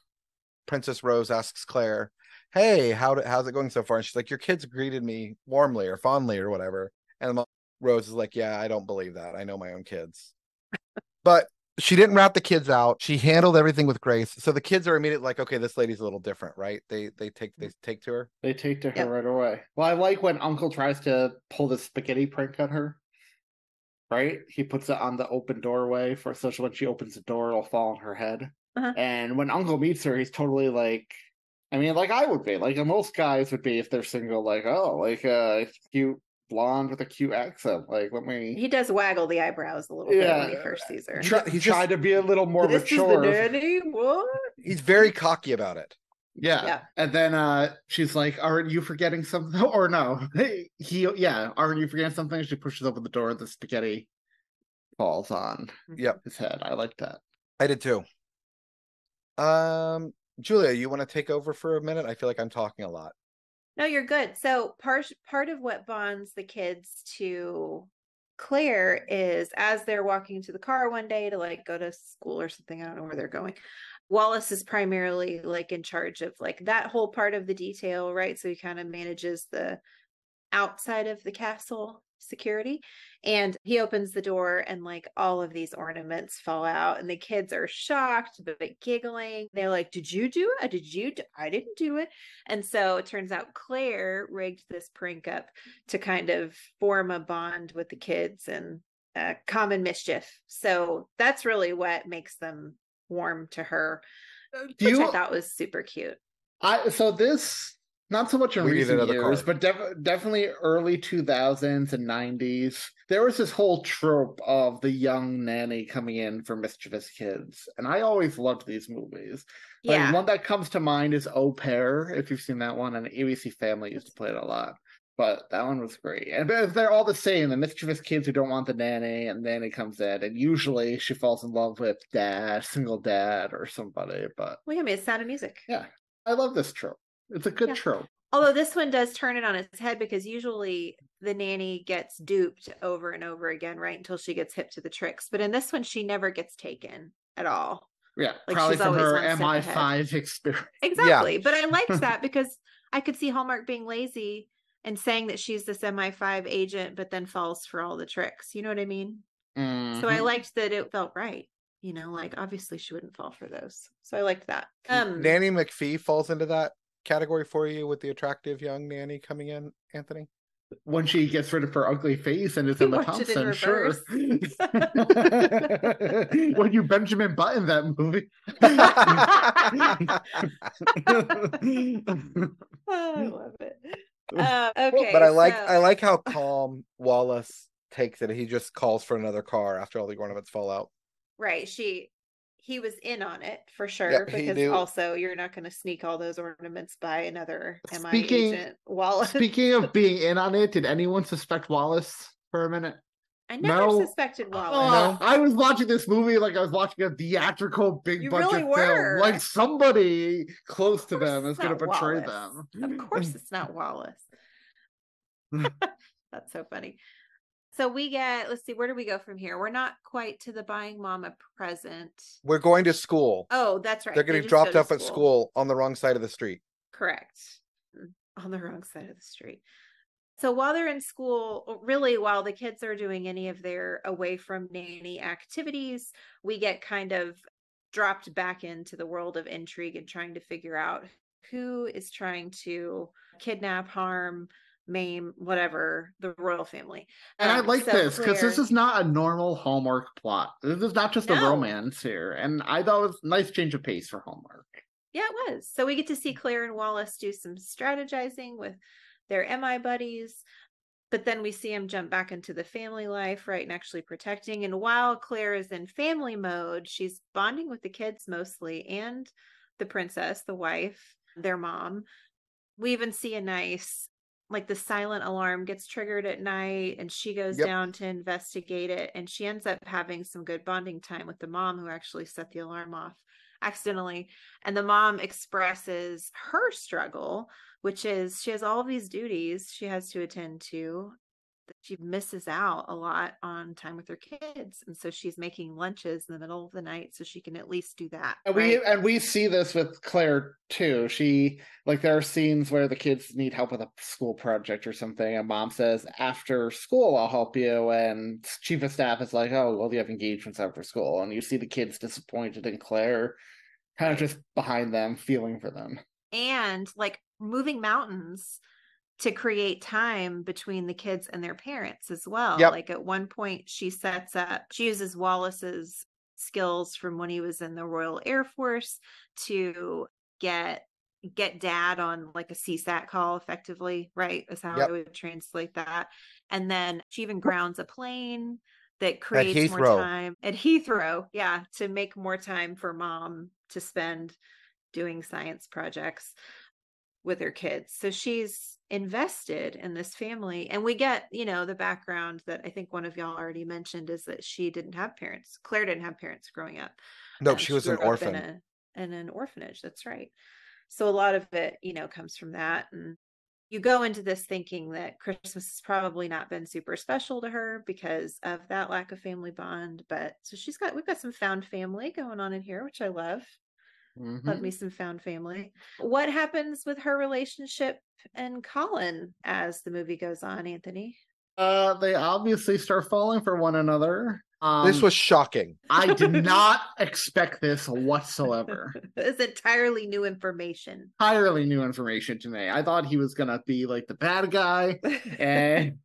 Speaker 8: Princess Rose asks Claire, "Hey, how do, how's it going so far?" And she's like, "Your kids greeted me warmly or fondly or whatever." And Mo- Rose is like, "Yeah, I don't believe that. I know my own kids." but she didn't rat the kids out. She handled everything with grace. So the kids are immediately like, "Okay, this lady's a little different, right?" They they take they take to her.
Speaker 6: They take to her
Speaker 9: Yep.
Speaker 6: right away. Well, I like when Uncle tries to pull the spaghetti prank on her. Right? He puts it on the open doorway for so she- when she opens the door, it'll fall on her head.
Speaker 9: Uh-huh.
Speaker 6: And when Uncle meets her, he's totally like, I mean, like I would be, like most guys would be if they're single, like, oh, like a cute blonde with a cute accent. Like, let me
Speaker 9: He does waggle the eyebrows a little bit when
Speaker 6: Yeah.
Speaker 9: he first sees her.
Speaker 6: try,
Speaker 8: he's
Speaker 6: try
Speaker 8: just-
Speaker 6: to be a little more
Speaker 9: this is the
Speaker 6: mature.
Speaker 9: nanny. What?
Speaker 8: He's very cocky about it.
Speaker 6: Yeah.
Speaker 9: Yeah.
Speaker 6: And then uh she's like, Aren't you forgetting something? <laughs> Or no. He yeah, aren't you forgetting something? She pushes open the door and the spaghetti falls on
Speaker 8: Mm-hmm. Yep.
Speaker 6: his head. I like that.
Speaker 8: I did too. Um, Julia, you want to take over for a minute? I feel like I'm talking a lot.
Speaker 9: No, you're good. So part part of what bonds the kids to Claire is as they're walking to the car one day to like go to school or something. I don't know where they're going. Wallace is primarily like in charge of like that whole part of the detail, right? So he kind of manages the outside of the castle security. And he opens the door and like all of these ornaments fall out and the kids are shocked but giggling. They're like, "Did you do it? Did you? Do- I didn't do it." And so it turns out Claire rigged this prank up to kind of form a bond with the kids and uh, common mischief. So that's really what makes them warm to her,
Speaker 6: Uh, Do
Speaker 9: which
Speaker 6: you
Speaker 9: I thought was super cute.
Speaker 6: I so this Not so much in
Speaker 8: We need
Speaker 6: recent
Speaker 8: another
Speaker 6: years, but
Speaker 8: card.
Speaker 6: def- definitely early 2000s and 90s. There was this whole trope of the young nanny coming in for mischievous kids, and I always loved these movies. Like,
Speaker 9: Yeah.
Speaker 6: one that comes to mind is Au Pair, if you've seen that one, and ABC Family used to play it a lot. But that one was great. And they're- they're all the same the mischievous kids who don't want the nanny, and nanny comes in, and usually she falls in love with dad, single dad, or somebody. But
Speaker 9: Well, yeah, I mean, it's sound of music.
Speaker 6: yeah, I love this trope. It's a good
Speaker 9: Yeah.
Speaker 6: trope.
Speaker 9: Although this one does turn it on its head because usually the nanny gets duped over and over again, right? Until she gets hip to the tricks. But in this one, she never gets taken at all.
Speaker 6: Yeah,
Speaker 9: Like,
Speaker 6: probably
Speaker 9: she's
Speaker 6: from
Speaker 9: always
Speaker 6: her
Speaker 9: one step
Speaker 6: MI5 <laughs> experience.
Speaker 9: Exactly. But I
Speaker 8: <laughs>
Speaker 9: liked that because I could see Hallmark being lazy and saying that she's this MI5 agent, but then falls for all the tricks. You know what I mean? So I
Speaker 8: Mm-hmm.
Speaker 6: Mhm.
Speaker 9: liked that it felt right. You know, like obviously she wouldn't fall for those. So I liked that. Um,
Speaker 8: Nanny McPhee falls into that category for you with the attractive young nanny coming in, Anthony.
Speaker 6: when she gets rid of her ugly face and is
Speaker 9: You
Speaker 6: Emma
Speaker 9: watched it in
Speaker 6: Thompson, sure. <laughs>
Speaker 9: reverse.
Speaker 6: when you Benjamin Button that
Speaker 9: <laughs>
Speaker 6: movie.
Speaker 9: oh, I love
Speaker 8: <laughs>
Speaker 9: it. Um,
Speaker 8: Well,
Speaker 9: okay,
Speaker 8: but I like
Speaker 9: so-
Speaker 8: I like how calm Wallace takes it. He just calls for another car after all the ornaments fall out.
Speaker 9: right. She he was in on it for sure
Speaker 8: he
Speaker 9: because
Speaker 8: knew.
Speaker 9: also you're not going to sneak all those ornaments by another MI
Speaker 6: Speaking-
Speaker 9: agent Wallace.
Speaker 6: Speaking of being in on it, did anyone suspect Wallace for a minute?
Speaker 9: <laughs> I never
Speaker 6: no.
Speaker 9: suspected Wallace.
Speaker 6: Oh, I was watching this movie like I was watching a theatrical big
Speaker 9: You
Speaker 6: budget
Speaker 9: really were.
Speaker 6: film. Like somebody close to
Speaker 9: Of course
Speaker 6: them is
Speaker 9: it's
Speaker 6: going to
Speaker 9: not
Speaker 6: betray
Speaker 9: Wallace.
Speaker 6: them. <clears throat>
Speaker 9: Of course, it's not Wallace. <laughs> That's so funny. So we get, let's see, where do we go from here? We're not quite to the buying mom a present.
Speaker 8: We're going to school.
Speaker 9: Oh, that's right.
Speaker 8: They're
Speaker 9: They
Speaker 8: getting
Speaker 9: just go
Speaker 8: dropped
Speaker 9: to
Speaker 8: off at school on the wrong side of the street.
Speaker 9: Correct. Mm, On the wrong side of the street. So while they're in school, or really, while the kids are doing any of their away from nanny activities, we get kind of dropped back into the world of intrigue and trying to figure out who is trying to kidnap, harm, maim, whatever the royal family.
Speaker 6: And I
Speaker 9: Um,
Speaker 6: like
Speaker 9: so
Speaker 6: this because this
Speaker 9: Claire-
Speaker 6: is not a normal Hallmark plot. This is not just a
Speaker 9: No.
Speaker 6: romance here. And I thought it was a nice change of pace for Hallmark.
Speaker 9: Yeah, it was. So we get to see Claire and Wallace do some strategizing with their MI buddies, but then we see him jump back into the family life, right? And actually protecting. And while Claire is in family mode, she's bonding with the kids mostly and the princess, the wife, their mom. We even see a nice, like the silent alarm gets triggered at night and she goes
Speaker 8: Yep.
Speaker 9: down to investigate it. And she ends up having some good bonding time with the mom who actually set the alarm off accidentally. And the mom expresses her struggle, which is she has all these duties she has to attend to. that She misses out a lot on time with her kids. And so she's making lunches in the middle of the night so she can at least do that.
Speaker 6: And
Speaker 9: right?
Speaker 6: we and we see this with Claire too. She like there are scenes where the kids need help with a school project or something, and mom says, "After school, I'll help you." And chief of staff is like, "Oh, well, you have engagements after school," and you see the kids disappointed in Claire, kind of just behind them, feeling for them.
Speaker 9: and like moving mountains to create time between the kids and their parents as well.
Speaker 8: Yep.
Speaker 9: Like at one point, she sets up, she uses Wallace's skills from when he was in the Royal Air Force to get get dad on like a CSAT call effectively, right? Is how
Speaker 8: Yep.
Speaker 9: I would translate that. And then she even grounds a plane that creates more
Speaker 8: Heathrow.
Speaker 9: time at Heathrow, yeah, to make more time for mom to spend doing science projects with her kids. So she's invested in this family. And we get, you know, the background that I think one of y'all already mentioned is that she didn't have parents. Claire didn't have parents growing up.
Speaker 8: Nope,
Speaker 9: Um,
Speaker 8: she was an
Speaker 9: grew up in
Speaker 8: orphan.
Speaker 9: a- in an orphanage. That's right. So a lot of it, you know, comes from that. And you go into this thinking that Christmas has probably not been super special to her because of that lack of family bond. But so she's got, we've got some found family going on in here, which I love.
Speaker 6: Mhm.
Speaker 9: Love
Speaker 8: Mm-hmm.
Speaker 9: me some found family. What happens with her relationship and Colin as the movie goes on, Anthony?
Speaker 6: Uh, they obviously start falling for one another. Um,
Speaker 8: this was shocking.
Speaker 6: I did
Speaker 9: <laughs>
Speaker 6: not expect this whatsoever.
Speaker 9: it's entirely new information.
Speaker 6: Entirely new information to me. I thought he was gonna be like the bad guy,
Speaker 9: <laughs>
Speaker 6: and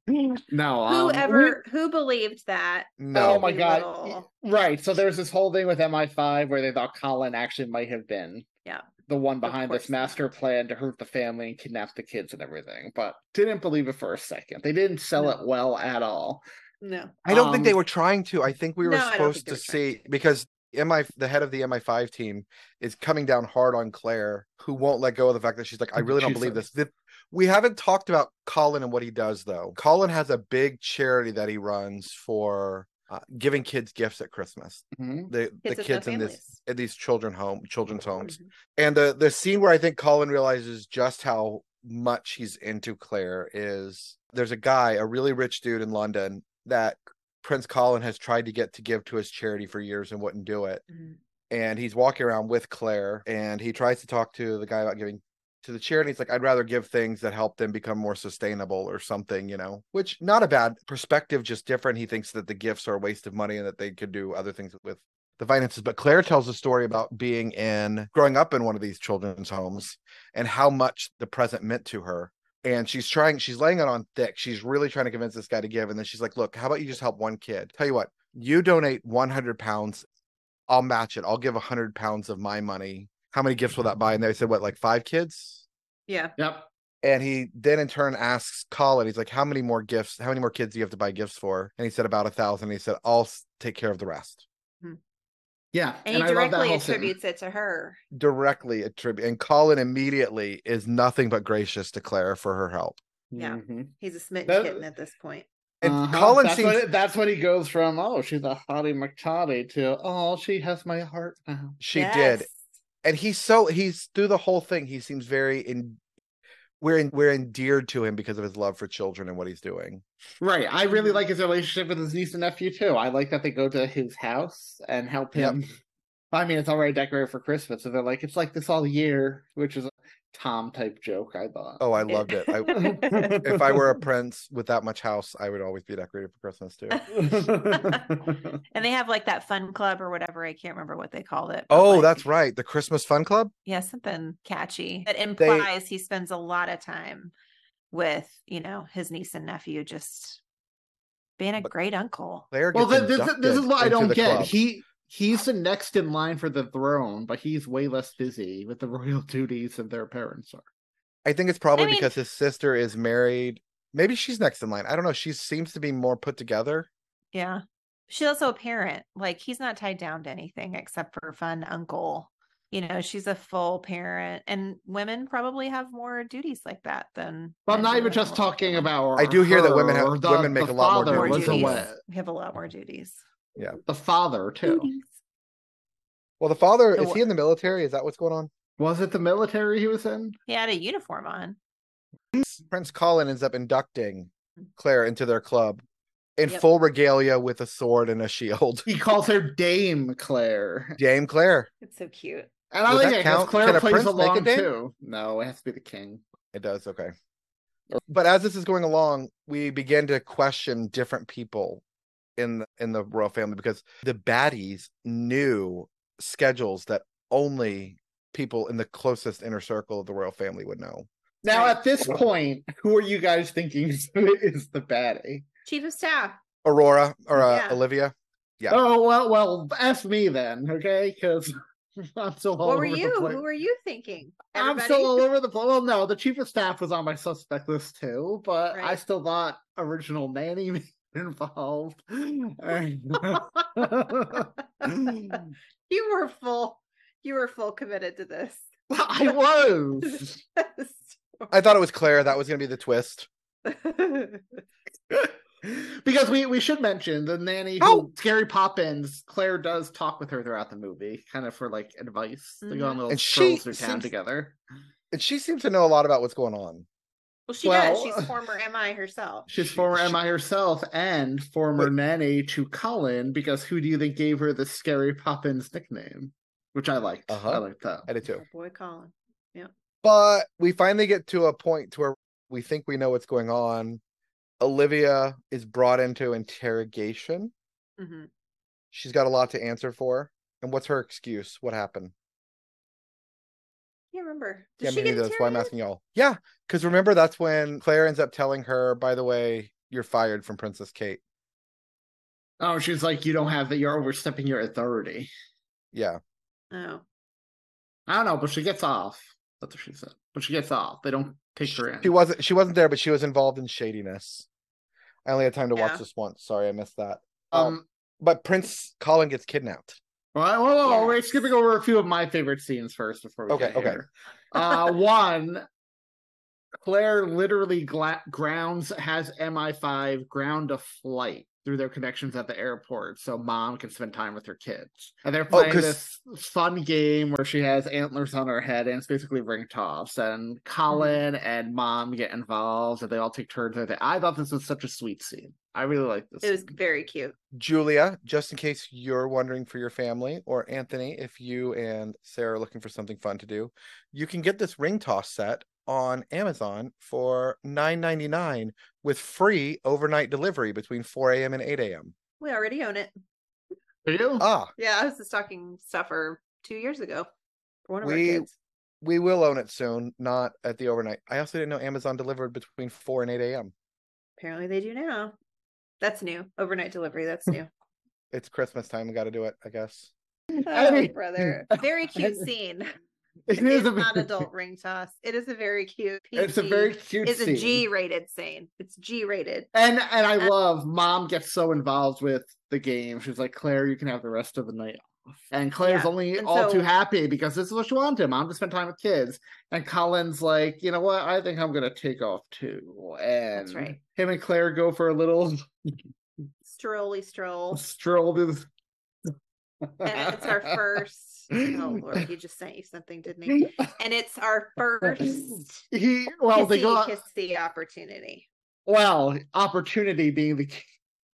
Speaker 6: no, um,
Speaker 9: Whoever who believed that?
Speaker 8: No.
Speaker 6: Oh my
Speaker 9: be
Speaker 6: god!
Speaker 9: little-
Speaker 6: Right. So there's this whole thing with MI5 where they thought Colin actually might have been
Speaker 9: Yeah.
Speaker 6: the one behind
Speaker 8: course.
Speaker 6: this master plan to hurt the family and kidnap the kids and everything, but didn't believe it for a second. They didn't sell it well at all.
Speaker 9: No.
Speaker 8: I don't think they
Speaker 6: Um,
Speaker 8: were trying to. I think we were
Speaker 9: No, I don't
Speaker 8: supposed
Speaker 9: think they
Speaker 8: to
Speaker 9: were trying
Speaker 8: see because MI the head of the MI5 team is coming down hard on Claire, who won't let go of the fact that she's like, I really don't
Speaker 6: She's
Speaker 8: believe
Speaker 6: like-
Speaker 8: this. Th- We haven't talked about Colin and what he does though. Colin has a big charity that he runs for uh, giving kids gifts at Christmas.
Speaker 6: Mhm.
Speaker 8: The
Speaker 9: Mm, Kids
Speaker 8: the
Speaker 9: with no
Speaker 8: kids in this
Speaker 9: families.
Speaker 8: in these children home children's homes.
Speaker 9: Mhm.
Speaker 8: And the the scene where I think Colin realizes just how much he's into Claire is there's a guy, a really rich dude in London that Prince Colin has tried to get to give to his charity for years and wouldn't do it.
Speaker 9: Mhm.
Speaker 8: And he's walking around with Claire and he tries to talk to the guy about giving to the charity. He's like, I'd rather give things that help them become more sustainable or something, you know, which not a bad perspective, just different. He thinks that the gifts are a waste of money and that they could do other things with the finances. But Claire tells a story about being in growing up in one of these children's homes and how much the present meant to her. And she's trying, she's laying it on thick. She's really trying to convince this guy to give. And then she's like, Look, how about you just help one kid? Tell you what, you donate 100 pounds. I'll match it. I'll give 100 pounds of my money. How many gifts will that buy? And they said, What, like five kids?
Speaker 9: Yeah.
Speaker 6: Yep.
Speaker 8: And he then in turn asks Colin, he's like, How many more gifts? How many more kids do you have to buy gifts for? And he said, About a thousand. And he said, I'll s- take care of the rest.
Speaker 6: Yeah.
Speaker 9: And, he
Speaker 6: I love that
Speaker 9: directly
Speaker 6: whole scene.
Speaker 9: attributes it to her.
Speaker 8: Directly attribute. And Colin immediately is nothing but gracious to Claire for her help.
Speaker 9: Yeah.
Speaker 6: Mhm.
Speaker 9: He's a smitten
Speaker 6: That-
Speaker 9: kitten at this point.
Speaker 8: And
Speaker 6: Uh-huh.
Speaker 8: Colin
Speaker 6: that's,
Speaker 8: seems
Speaker 6: when it- that's when he goes from, oh, she's a hottie McTotty to, oh, she has my heart now.
Speaker 8: she did.
Speaker 9: Yes.
Speaker 8: And he's so he's through the whole thing, he seems very in we're in, we're endeared to him because of his love for children and what he's doing.
Speaker 6: Right. I really like his relationship with his niece and nephew too. I like that they go to his house and help
Speaker 8: Yep.
Speaker 6: him. I mean, it's already decorated for Christmas, so they're like, it's like this all year, which is a Tom type joke. I thought. <laughs>
Speaker 8: Oh, I loved it. I, <laughs> if I were a prince with that much house, I would always be decorated for Christmas
Speaker 9: <laughs>
Speaker 8: too.
Speaker 9: <laughs> And they have like that fun club or whatever. I can't remember what they called it. but,
Speaker 8: Oh,
Speaker 9: like,
Speaker 8: that's right. The Christmas Fun Club.
Speaker 9: yeah, something catchy that implies he spends a lot of time with, you know, his niece and nephew just being a
Speaker 8: But-
Speaker 9: great uncle.
Speaker 8: Claire
Speaker 6: well,
Speaker 8: gets
Speaker 6: th- this, this is
Speaker 8: inducted
Speaker 6: what I
Speaker 8: into
Speaker 6: don't
Speaker 8: the
Speaker 6: get.
Speaker 8: club.
Speaker 6: He he's the next in line for the throne, but he's way less busy with the royal <laughs> duties than their parents are.
Speaker 8: I think it's probably
Speaker 9: mean-
Speaker 8: because his sister is married. Maybe she's next in line. I don't know. She seems to be more put together.
Speaker 9: Yeah. She's also a parent. Like he's not tied down to anything except for fun uncle. You know, she's a full parent. And women probably have more duties like that than
Speaker 6: Well, I'm
Speaker 9: than
Speaker 6: not
Speaker 9: do
Speaker 6: even
Speaker 9: with
Speaker 6: just
Speaker 9: more
Speaker 6: talking
Speaker 9: women.
Speaker 6: about.
Speaker 8: I do hear that women
Speaker 6: her,
Speaker 8: have-
Speaker 6: the-
Speaker 8: women make
Speaker 6: the
Speaker 8: a lot more
Speaker 6: father
Speaker 9: more
Speaker 8: duties.
Speaker 6: was
Speaker 9: duties.
Speaker 6: away.
Speaker 9: We have a lot more duties.
Speaker 6: The father too.
Speaker 9: Duties.
Speaker 8: Well, the father
Speaker 9: So
Speaker 8: is he
Speaker 9: wh-
Speaker 8: in the military? Is that what's going on?
Speaker 6: Was it the military he was in?
Speaker 9: He had a uniform on.
Speaker 8: Prince Colin ends up inducting Claire into their club in
Speaker 9: Yep.
Speaker 8: full regalia with a sword and a shield.
Speaker 6: He calls her Dame Claire.
Speaker 8: <laughs> Dame Claire.
Speaker 9: It's so cute.
Speaker 6: And I
Speaker 8: Would
Speaker 6: like that
Speaker 8: that
Speaker 6: because
Speaker 8: count? Can
Speaker 6: Claire
Speaker 8: a
Speaker 6: plays
Speaker 8: prince make a
Speaker 6: along
Speaker 8: dame?
Speaker 6: too. No, it has to be the king.
Speaker 8: It does. Okay. But as this is going along, we begin to question different people in the, in the royal family because the baddies knew schedules that only people in the closest inner circle of the royal family would know.
Speaker 6: Now, at this point, who are you guys thinking is <laughs> is the baddie?
Speaker 9: Chief of staff.
Speaker 8: Aurora or uh,
Speaker 9: Yeah.
Speaker 8: Olivia. Yeah.
Speaker 6: Oh well, well, f me then, okay? Because <laughs> I'm still all
Speaker 9: what were
Speaker 6: over
Speaker 9: you?
Speaker 6: the place.
Speaker 9: Who were you thinking?
Speaker 6: I'm
Speaker 9: Everybody?
Speaker 6: still all over the place. Well, no, the chief of staff was on my suspect list too, but I
Speaker 9: Right.
Speaker 6: still thought original nanny <laughs> was involved. <laughs>
Speaker 9: you were full. You were full committed to this. <laughs>
Speaker 6: I was.
Speaker 8: I thought it was Claire. That was going to be the twist.
Speaker 6: because we we should mention the nanny who
Speaker 8: Oh!
Speaker 6: Scary Poppins Claire does talk with her throughout the movie, kind of for like advice. They
Speaker 9: Mm.
Speaker 6: go on little
Speaker 8: And she
Speaker 6: strolls through town
Speaker 8: seems-
Speaker 6: together.
Speaker 8: And she seems to know a lot about what's going on.
Speaker 9: well, she does.
Speaker 6: Well-
Speaker 9: She's former MI herself.
Speaker 6: She's
Speaker 8: She-
Speaker 6: former
Speaker 8: she-
Speaker 6: MI herself and former nanny to Colin because who do you think gave her the Scary Poppins nickname? Which I liked. I
Speaker 8: Uh-huh.
Speaker 6: liked that.
Speaker 8: I did too.
Speaker 9: Our Oh, boy Colin.
Speaker 8: But we finally get to a point to where we think we know what's going on. Olivia is brought into interrogation.
Speaker 9: Mhm.
Speaker 8: She's got a lot to answer for. And what's her excuse? What happened?
Speaker 9: Can't remember. Did
Speaker 8: yeah,
Speaker 9: she
Speaker 8: me
Speaker 9: get
Speaker 8: neither. That's why I'm
Speaker 9: interrogated?
Speaker 8: asking y'all. Yeah, because remember that's when Claire ends up telling her, by the way, you're fired from Princess Kate.
Speaker 6: Oh, she's like, you don't have that. You're overstepping your authority.
Speaker 8: Yeah.
Speaker 9: Oh,
Speaker 6: I don't know, but she gets off. That's what she said. But she gets off. They don't take her in.
Speaker 8: She wasn't she wasn't there, but she was involved in shadiness. I only had time to
Speaker 9: Yeah.
Speaker 8: watch this once. Sorry, I missed that.
Speaker 6: Um.
Speaker 8: But Prince Colin gets kidnapped.
Speaker 6: Well, whoa, whoa, whoa, we're
Speaker 9: Yes.
Speaker 6: skipping over a few of my favorite scenes first before we
Speaker 8: Okay,
Speaker 6: get
Speaker 8: okay.
Speaker 6: here. Uh, one, Claire literally gla- grounds has MI5 ground a flight through their connections at the airport, so mom can spend time with her kids. And they're playing
Speaker 8: 'cause-
Speaker 6: this fun game where she has antlers on her head and it's basically ring toss. And Colin and mom get involved, and they all take turns. at it. I thought this was such a sweet scene. I really like this.
Speaker 9: It was
Speaker 6: scene.
Speaker 9: very cute.
Speaker 8: Julia, just in case you're wondering for your family, or Anthony, if you and Sarah are looking for something fun to do, you can get this ring toss set on Amazon for $9.99 with free overnight delivery between 4 a.m. and 8 a.m.
Speaker 9: We already own it.
Speaker 6: Do you?
Speaker 8: Ah,
Speaker 9: Yeah, I was the stocking stuffer two years ago for one of
Speaker 8: We-
Speaker 9: our kids.
Speaker 8: we will own it soon, not at the overnight. I also didn't know Amazon delivered between 4 and 8 a.m.
Speaker 9: Apparently they do now. That's new. Overnight delivery. That's
Speaker 6: <laughs>
Speaker 9: new.
Speaker 8: It's Christmas time. We got to do it, I guess.
Speaker 9: oh,
Speaker 6: Hey. <laughs>
Speaker 9: brother. Very cute scene.
Speaker 6: it is a <laughs>
Speaker 9: not adult ring toss. It is a very cute.
Speaker 6: It's a
Speaker 9: PG.
Speaker 6: very cute
Speaker 9: It's a
Speaker 6: scene.
Speaker 9: G rated scene. It's G rated.
Speaker 6: And and
Speaker 9: Uh,
Speaker 6: I love mom gets so involved with the game. She's like, Claire, you can have the rest of the night off. And Claire's
Speaker 9: Yeah,
Speaker 6: only
Speaker 9: and
Speaker 6: all too
Speaker 9: so-
Speaker 6: happy because this is what she wanted. Mom to spend time with kids. And Colin's like, you know what? I think I'm gonna take off too. And
Speaker 9: right.
Speaker 6: him and Claire go for a little <laughs>
Speaker 9: Strolly stroll.
Speaker 6: stroll through the
Speaker 9: And
Speaker 6: <laughs>
Speaker 9: it's our first. Oh Lord, he just sent you something, didn't he?
Speaker 6: <laughs>
Speaker 9: And it's our first
Speaker 6: He well they
Speaker 9: kissy
Speaker 6: go
Speaker 9: kissy opportunity.
Speaker 6: Well, opportunity being the key-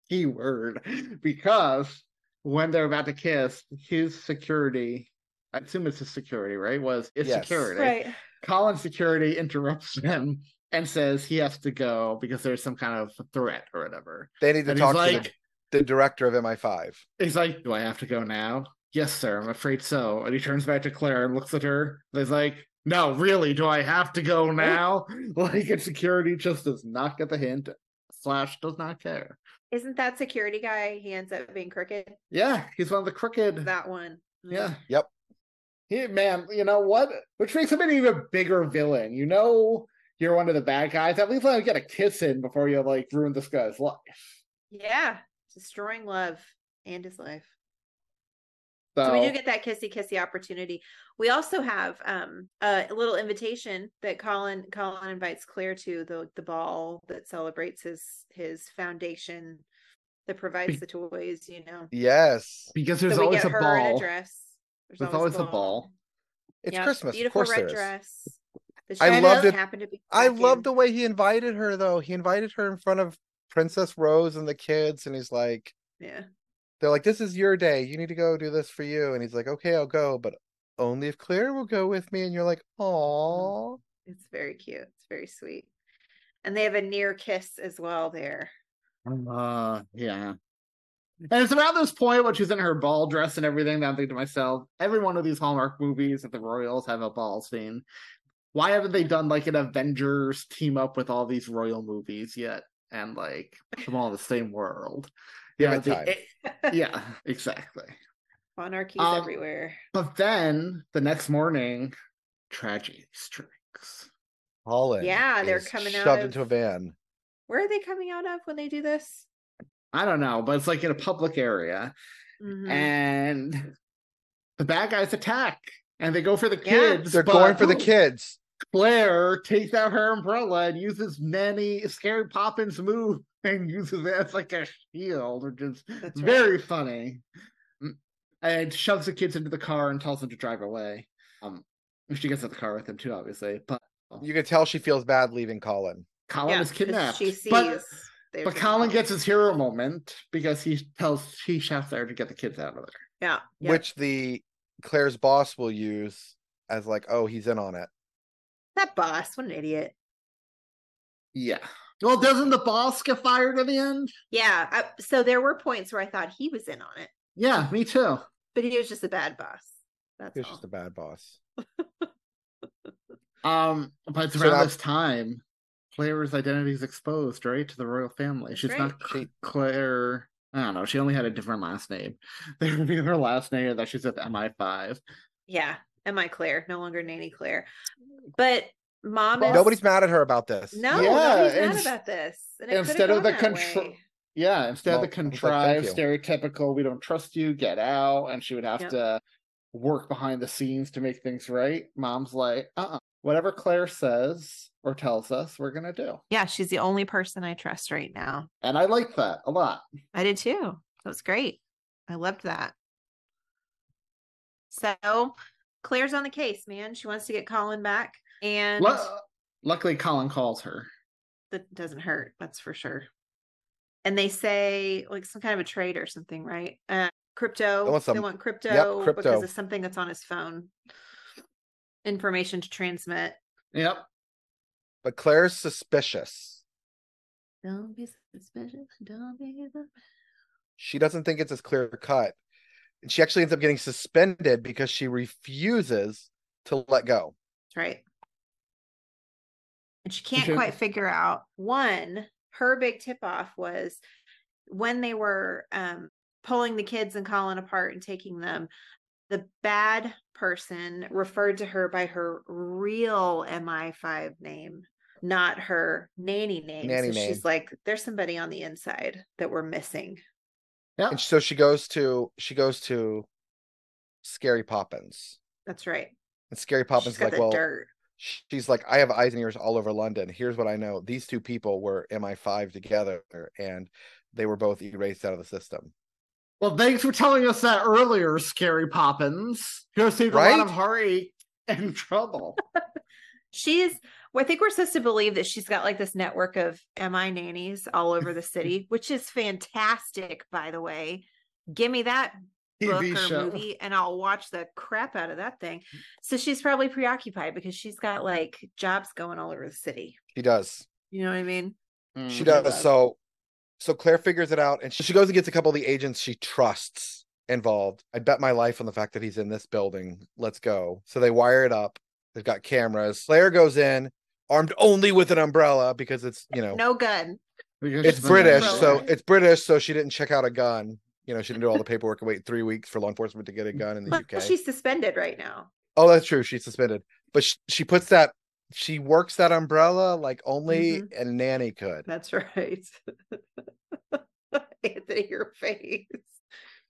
Speaker 6: key word, because when they're about to kiss, his security, I assume it's his security, right? Was it's
Speaker 8: Yes.
Speaker 6: security. Colin's security interrupts him and says he has to go because there's some kind of threat or whatever.
Speaker 8: They need to
Speaker 6: And he's
Speaker 8: talk
Speaker 6: like,
Speaker 8: to the, the director of MI5.
Speaker 6: he's like, Do I have to go now? Yes, sir, I'm afraid so. And he turns back to Claire and looks at her. And he's like, No, really, do I have to go now? <laughs> like, and security just does not get the hint, slash, does not care.
Speaker 9: Isn't that security guy? He ends up being crooked.
Speaker 6: Yeah, he's one of the crooked.
Speaker 9: That one. Mm.
Speaker 6: yeah.
Speaker 8: Yep.
Speaker 6: He, man, you know what? Which makes him an even bigger villain. You know, you're one of the bad guys. At least let him get a kiss in before you like ruin this guy's life.
Speaker 9: Yeah. Destroying love and his life.
Speaker 6: So,
Speaker 9: So
Speaker 6: Oh.
Speaker 9: we do get that kissy kissy opportunity. We also have um a little invitation that Colin Colin invites Claire to the the ball that celebrates his his foundation that provides the toys, you know.
Speaker 8: Yes.
Speaker 6: because
Speaker 9: So
Speaker 6: there's
Speaker 9: we
Speaker 6: always
Speaker 9: get
Speaker 6: a
Speaker 9: her in a
Speaker 6: ball.
Speaker 9: dress. There's,
Speaker 6: always a ball.
Speaker 8: It's
Speaker 9: Yeah,
Speaker 8: Christmas. Of
Speaker 9: Beautiful
Speaker 8: course
Speaker 9: red
Speaker 8: there is.
Speaker 9: dress. that
Speaker 8: I
Speaker 9: she
Speaker 8: loved it.
Speaker 9: Happened to be
Speaker 8: I
Speaker 9: back
Speaker 8: love
Speaker 9: in.
Speaker 8: the way he invited her though. He invited her in front of Princess Rose and the kids, and he's like,
Speaker 9: yeah.
Speaker 8: they're like, "This is your day. You need to go do this for you." And he's like, "Okay, I'll go, but only if Claire will go with me." And you're like,
Speaker 9: Mm-hmm.
Speaker 8: "Aw."
Speaker 9: It's very cute. It's very sweet. And they have a near kiss as well there.
Speaker 6: Uh,
Speaker 8: Hm.
Speaker 6: yeah. And it's around this point when she's in her ball dress and everything that I'm thinking to myself, every one of these Hallmark movies at the Royals have a ball scene. Why haven't they done like an Avengers team up with all these Royal movies yet and like put them all in the same world? You
Speaker 8: Give
Speaker 6: know,
Speaker 8: it
Speaker 6: the-
Speaker 8: time.
Speaker 6: yeah, exactly.
Speaker 9: <laughs> Monarchies
Speaker 6: Um,
Speaker 9: everywhere.
Speaker 6: But then the next morning, tragedy strikes.
Speaker 8: Holland.
Speaker 9: Yeah, they're
Speaker 8: is
Speaker 9: coming out
Speaker 8: shoved
Speaker 9: of-
Speaker 8: into a van.
Speaker 9: Where are they coming out of when they do this?
Speaker 6: I don't know, but it's like in a public area.
Speaker 9: Mhm.
Speaker 6: and the bad guys attack and they go for the
Speaker 9: Yeah.
Speaker 6: kids.
Speaker 8: They're
Speaker 6: but
Speaker 8: going for the kids.
Speaker 6: Claire takes out her umbrella and uses many scary Poppins move <laughs> and uses it as like a shield, which is
Speaker 9: That's right.
Speaker 6: very funny. Mm, And shoves the kids into the car and tells them to drive away. Um, she gets in the car with them too, obviously. But
Speaker 8: You can tell she feels bad leaving Colin.
Speaker 6: Colin
Speaker 9: Yeah,
Speaker 6: is
Speaker 9: 'cause
Speaker 6: kidnapped.
Speaker 9: She sees.
Speaker 6: but
Speaker 9: they're
Speaker 6: but
Speaker 9: being
Speaker 6: Colin
Speaker 9: followed.
Speaker 6: gets his hero moment because he tells he shouts there to get the kids out of there.
Speaker 9: yeah, yeah.
Speaker 8: Which the Claire's boss will use as like, oh, he's in on it.
Speaker 9: that boss? What an idiot!
Speaker 6: Yeah. Well, doesn't the boss get fired in the end?
Speaker 9: Yeah. I, so there were points where I thought he was in on it,
Speaker 6: Yeah, me too.
Speaker 9: but he was just a bad boss. That's
Speaker 8: He's
Speaker 9: all.
Speaker 8: just a bad boss.
Speaker 6: Um, but it's
Speaker 8: So
Speaker 6: around
Speaker 8: now-
Speaker 6: this time, Claire's identity is exposed, right, to the royal family. She's not
Speaker 9: Right.
Speaker 6: Cl- Claire. I don't <laughs> know. She only had a different last name. They reveal her last name that she's with MI5.
Speaker 9: yeah, Am I Claire? No longer Nanny Claire. But mom is
Speaker 8: Nobody's mad at her about this.
Speaker 9: no
Speaker 6: Yeah,
Speaker 9: nobody's mad
Speaker 6: ins-
Speaker 9: about this. And it could've
Speaker 6: instead of
Speaker 9: gone
Speaker 6: the
Speaker 9: that
Speaker 6: control-
Speaker 9: way.
Speaker 6: Yeah, instead of the
Speaker 8: Well, I was like,
Speaker 6: contrived,
Speaker 8: "Thank you."
Speaker 6: stereotypical, we don't trust you, get out, and she would have
Speaker 9: Yep.
Speaker 6: to work behind the scenes to make things right. Mom's like, uh uh whatever Claire says or tells us, we're going to do.
Speaker 9: Yeah, she's the only person I trust right now.
Speaker 6: And I like that a lot.
Speaker 9: I did too. That was great. I loved that. So Claire's on the case, man. She wants to get Colin back. And
Speaker 6: Lu- luckily, Colin calls her.
Speaker 9: that doesn't hurt that's for sure and they say like some kind of a trade or something right uh crypto
Speaker 8: They want
Speaker 9: they
Speaker 8: some-
Speaker 9: want crypto,
Speaker 8: crypto.
Speaker 9: because of something that's on his phone information to transmit
Speaker 6: Yep.
Speaker 8: But Claire's suspicious.
Speaker 9: don't be suspicious don't be suspicious.
Speaker 8: She doesn't think it's as clear cut. And she actually ends up getting suspended because she refuses to let go.
Speaker 9: that's right and she can't
Speaker 6: should-
Speaker 9: quite figure out one her big tip off was when they were um pulling the kids and colin apart and taking them the bad person referred to her by her real mi5 name not her nanny name
Speaker 8: Nanny
Speaker 9: so
Speaker 8: name.
Speaker 9: she's like there's somebody on the inside that we're missing
Speaker 6: Yeah.
Speaker 8: And so she goes to she goes to Scary Poppins.
Speaker 9: that's right
Speaker 8: And Scary
Speaker 9: she's
Speaker 8: Poppins is
Speaker 9: got
Speaker 8: like,
Speaker 9: the
Speaker 8: well,
Speaker 9: dirt
Speaker 8: she's like, I have eyes and ears all over London. Here's what I know. These two people were MI5 together and they were both erased out of the system.
Speaker 6: Well, thanks for telling us that earlier, Scary Poppins. You're saving a
Speaker 8: Right?
Speaker 6: lot of heartache and trouble.
Speaker 9: she's well, i think we're supposed to believe that she's got like this network of mi nannies all over
Speaker 8: <laughs>
Speaker 9: the city which is fantastic by the way give me that <laughs> book
Speaker 6: TV
Speaker 9: or
Speaker 6: show.
Speaker 9: movie and I'll watch the crap out of that thing.
Speaker 8: Mm.
Speaker 9: So she's probably preoccupied because she's got like jobs going all over the city.
Speaker 8: She does.
Speaker 9: You know what I mean?
Speaker 8: She
Speaker 6: Mm.
Speaker 8: does. So so Claire figures it out and she she goes and gets a couple of the agents she trusts involved. I bet my life on the fact that he's in this building. Let's go. So they wire it up. They've got cameras. Claire goes in armed only with an umbrella because it's, you know,
Speaker 9: No gun.
Speaker 6: Because
Speaker 8: it's
Speaker 6: she's an
Speaker 8: British,
Speaker 6: umbrella.
Speaker 8: so it's British, so she didn't check out a gun. You know, she didn't do all the paperwork and wait three weeks for law enforcement to get a gun in the
Speaker 9: Well,
Speaker 8: UK.
Speaker 9: she's suspended right now.
Speaker 8: Oh, that's true. She's suspended, but she, she puts that she works that umbrella like only a nanny could.
Speaker 9: That's <laughs> right. Anthony, your face.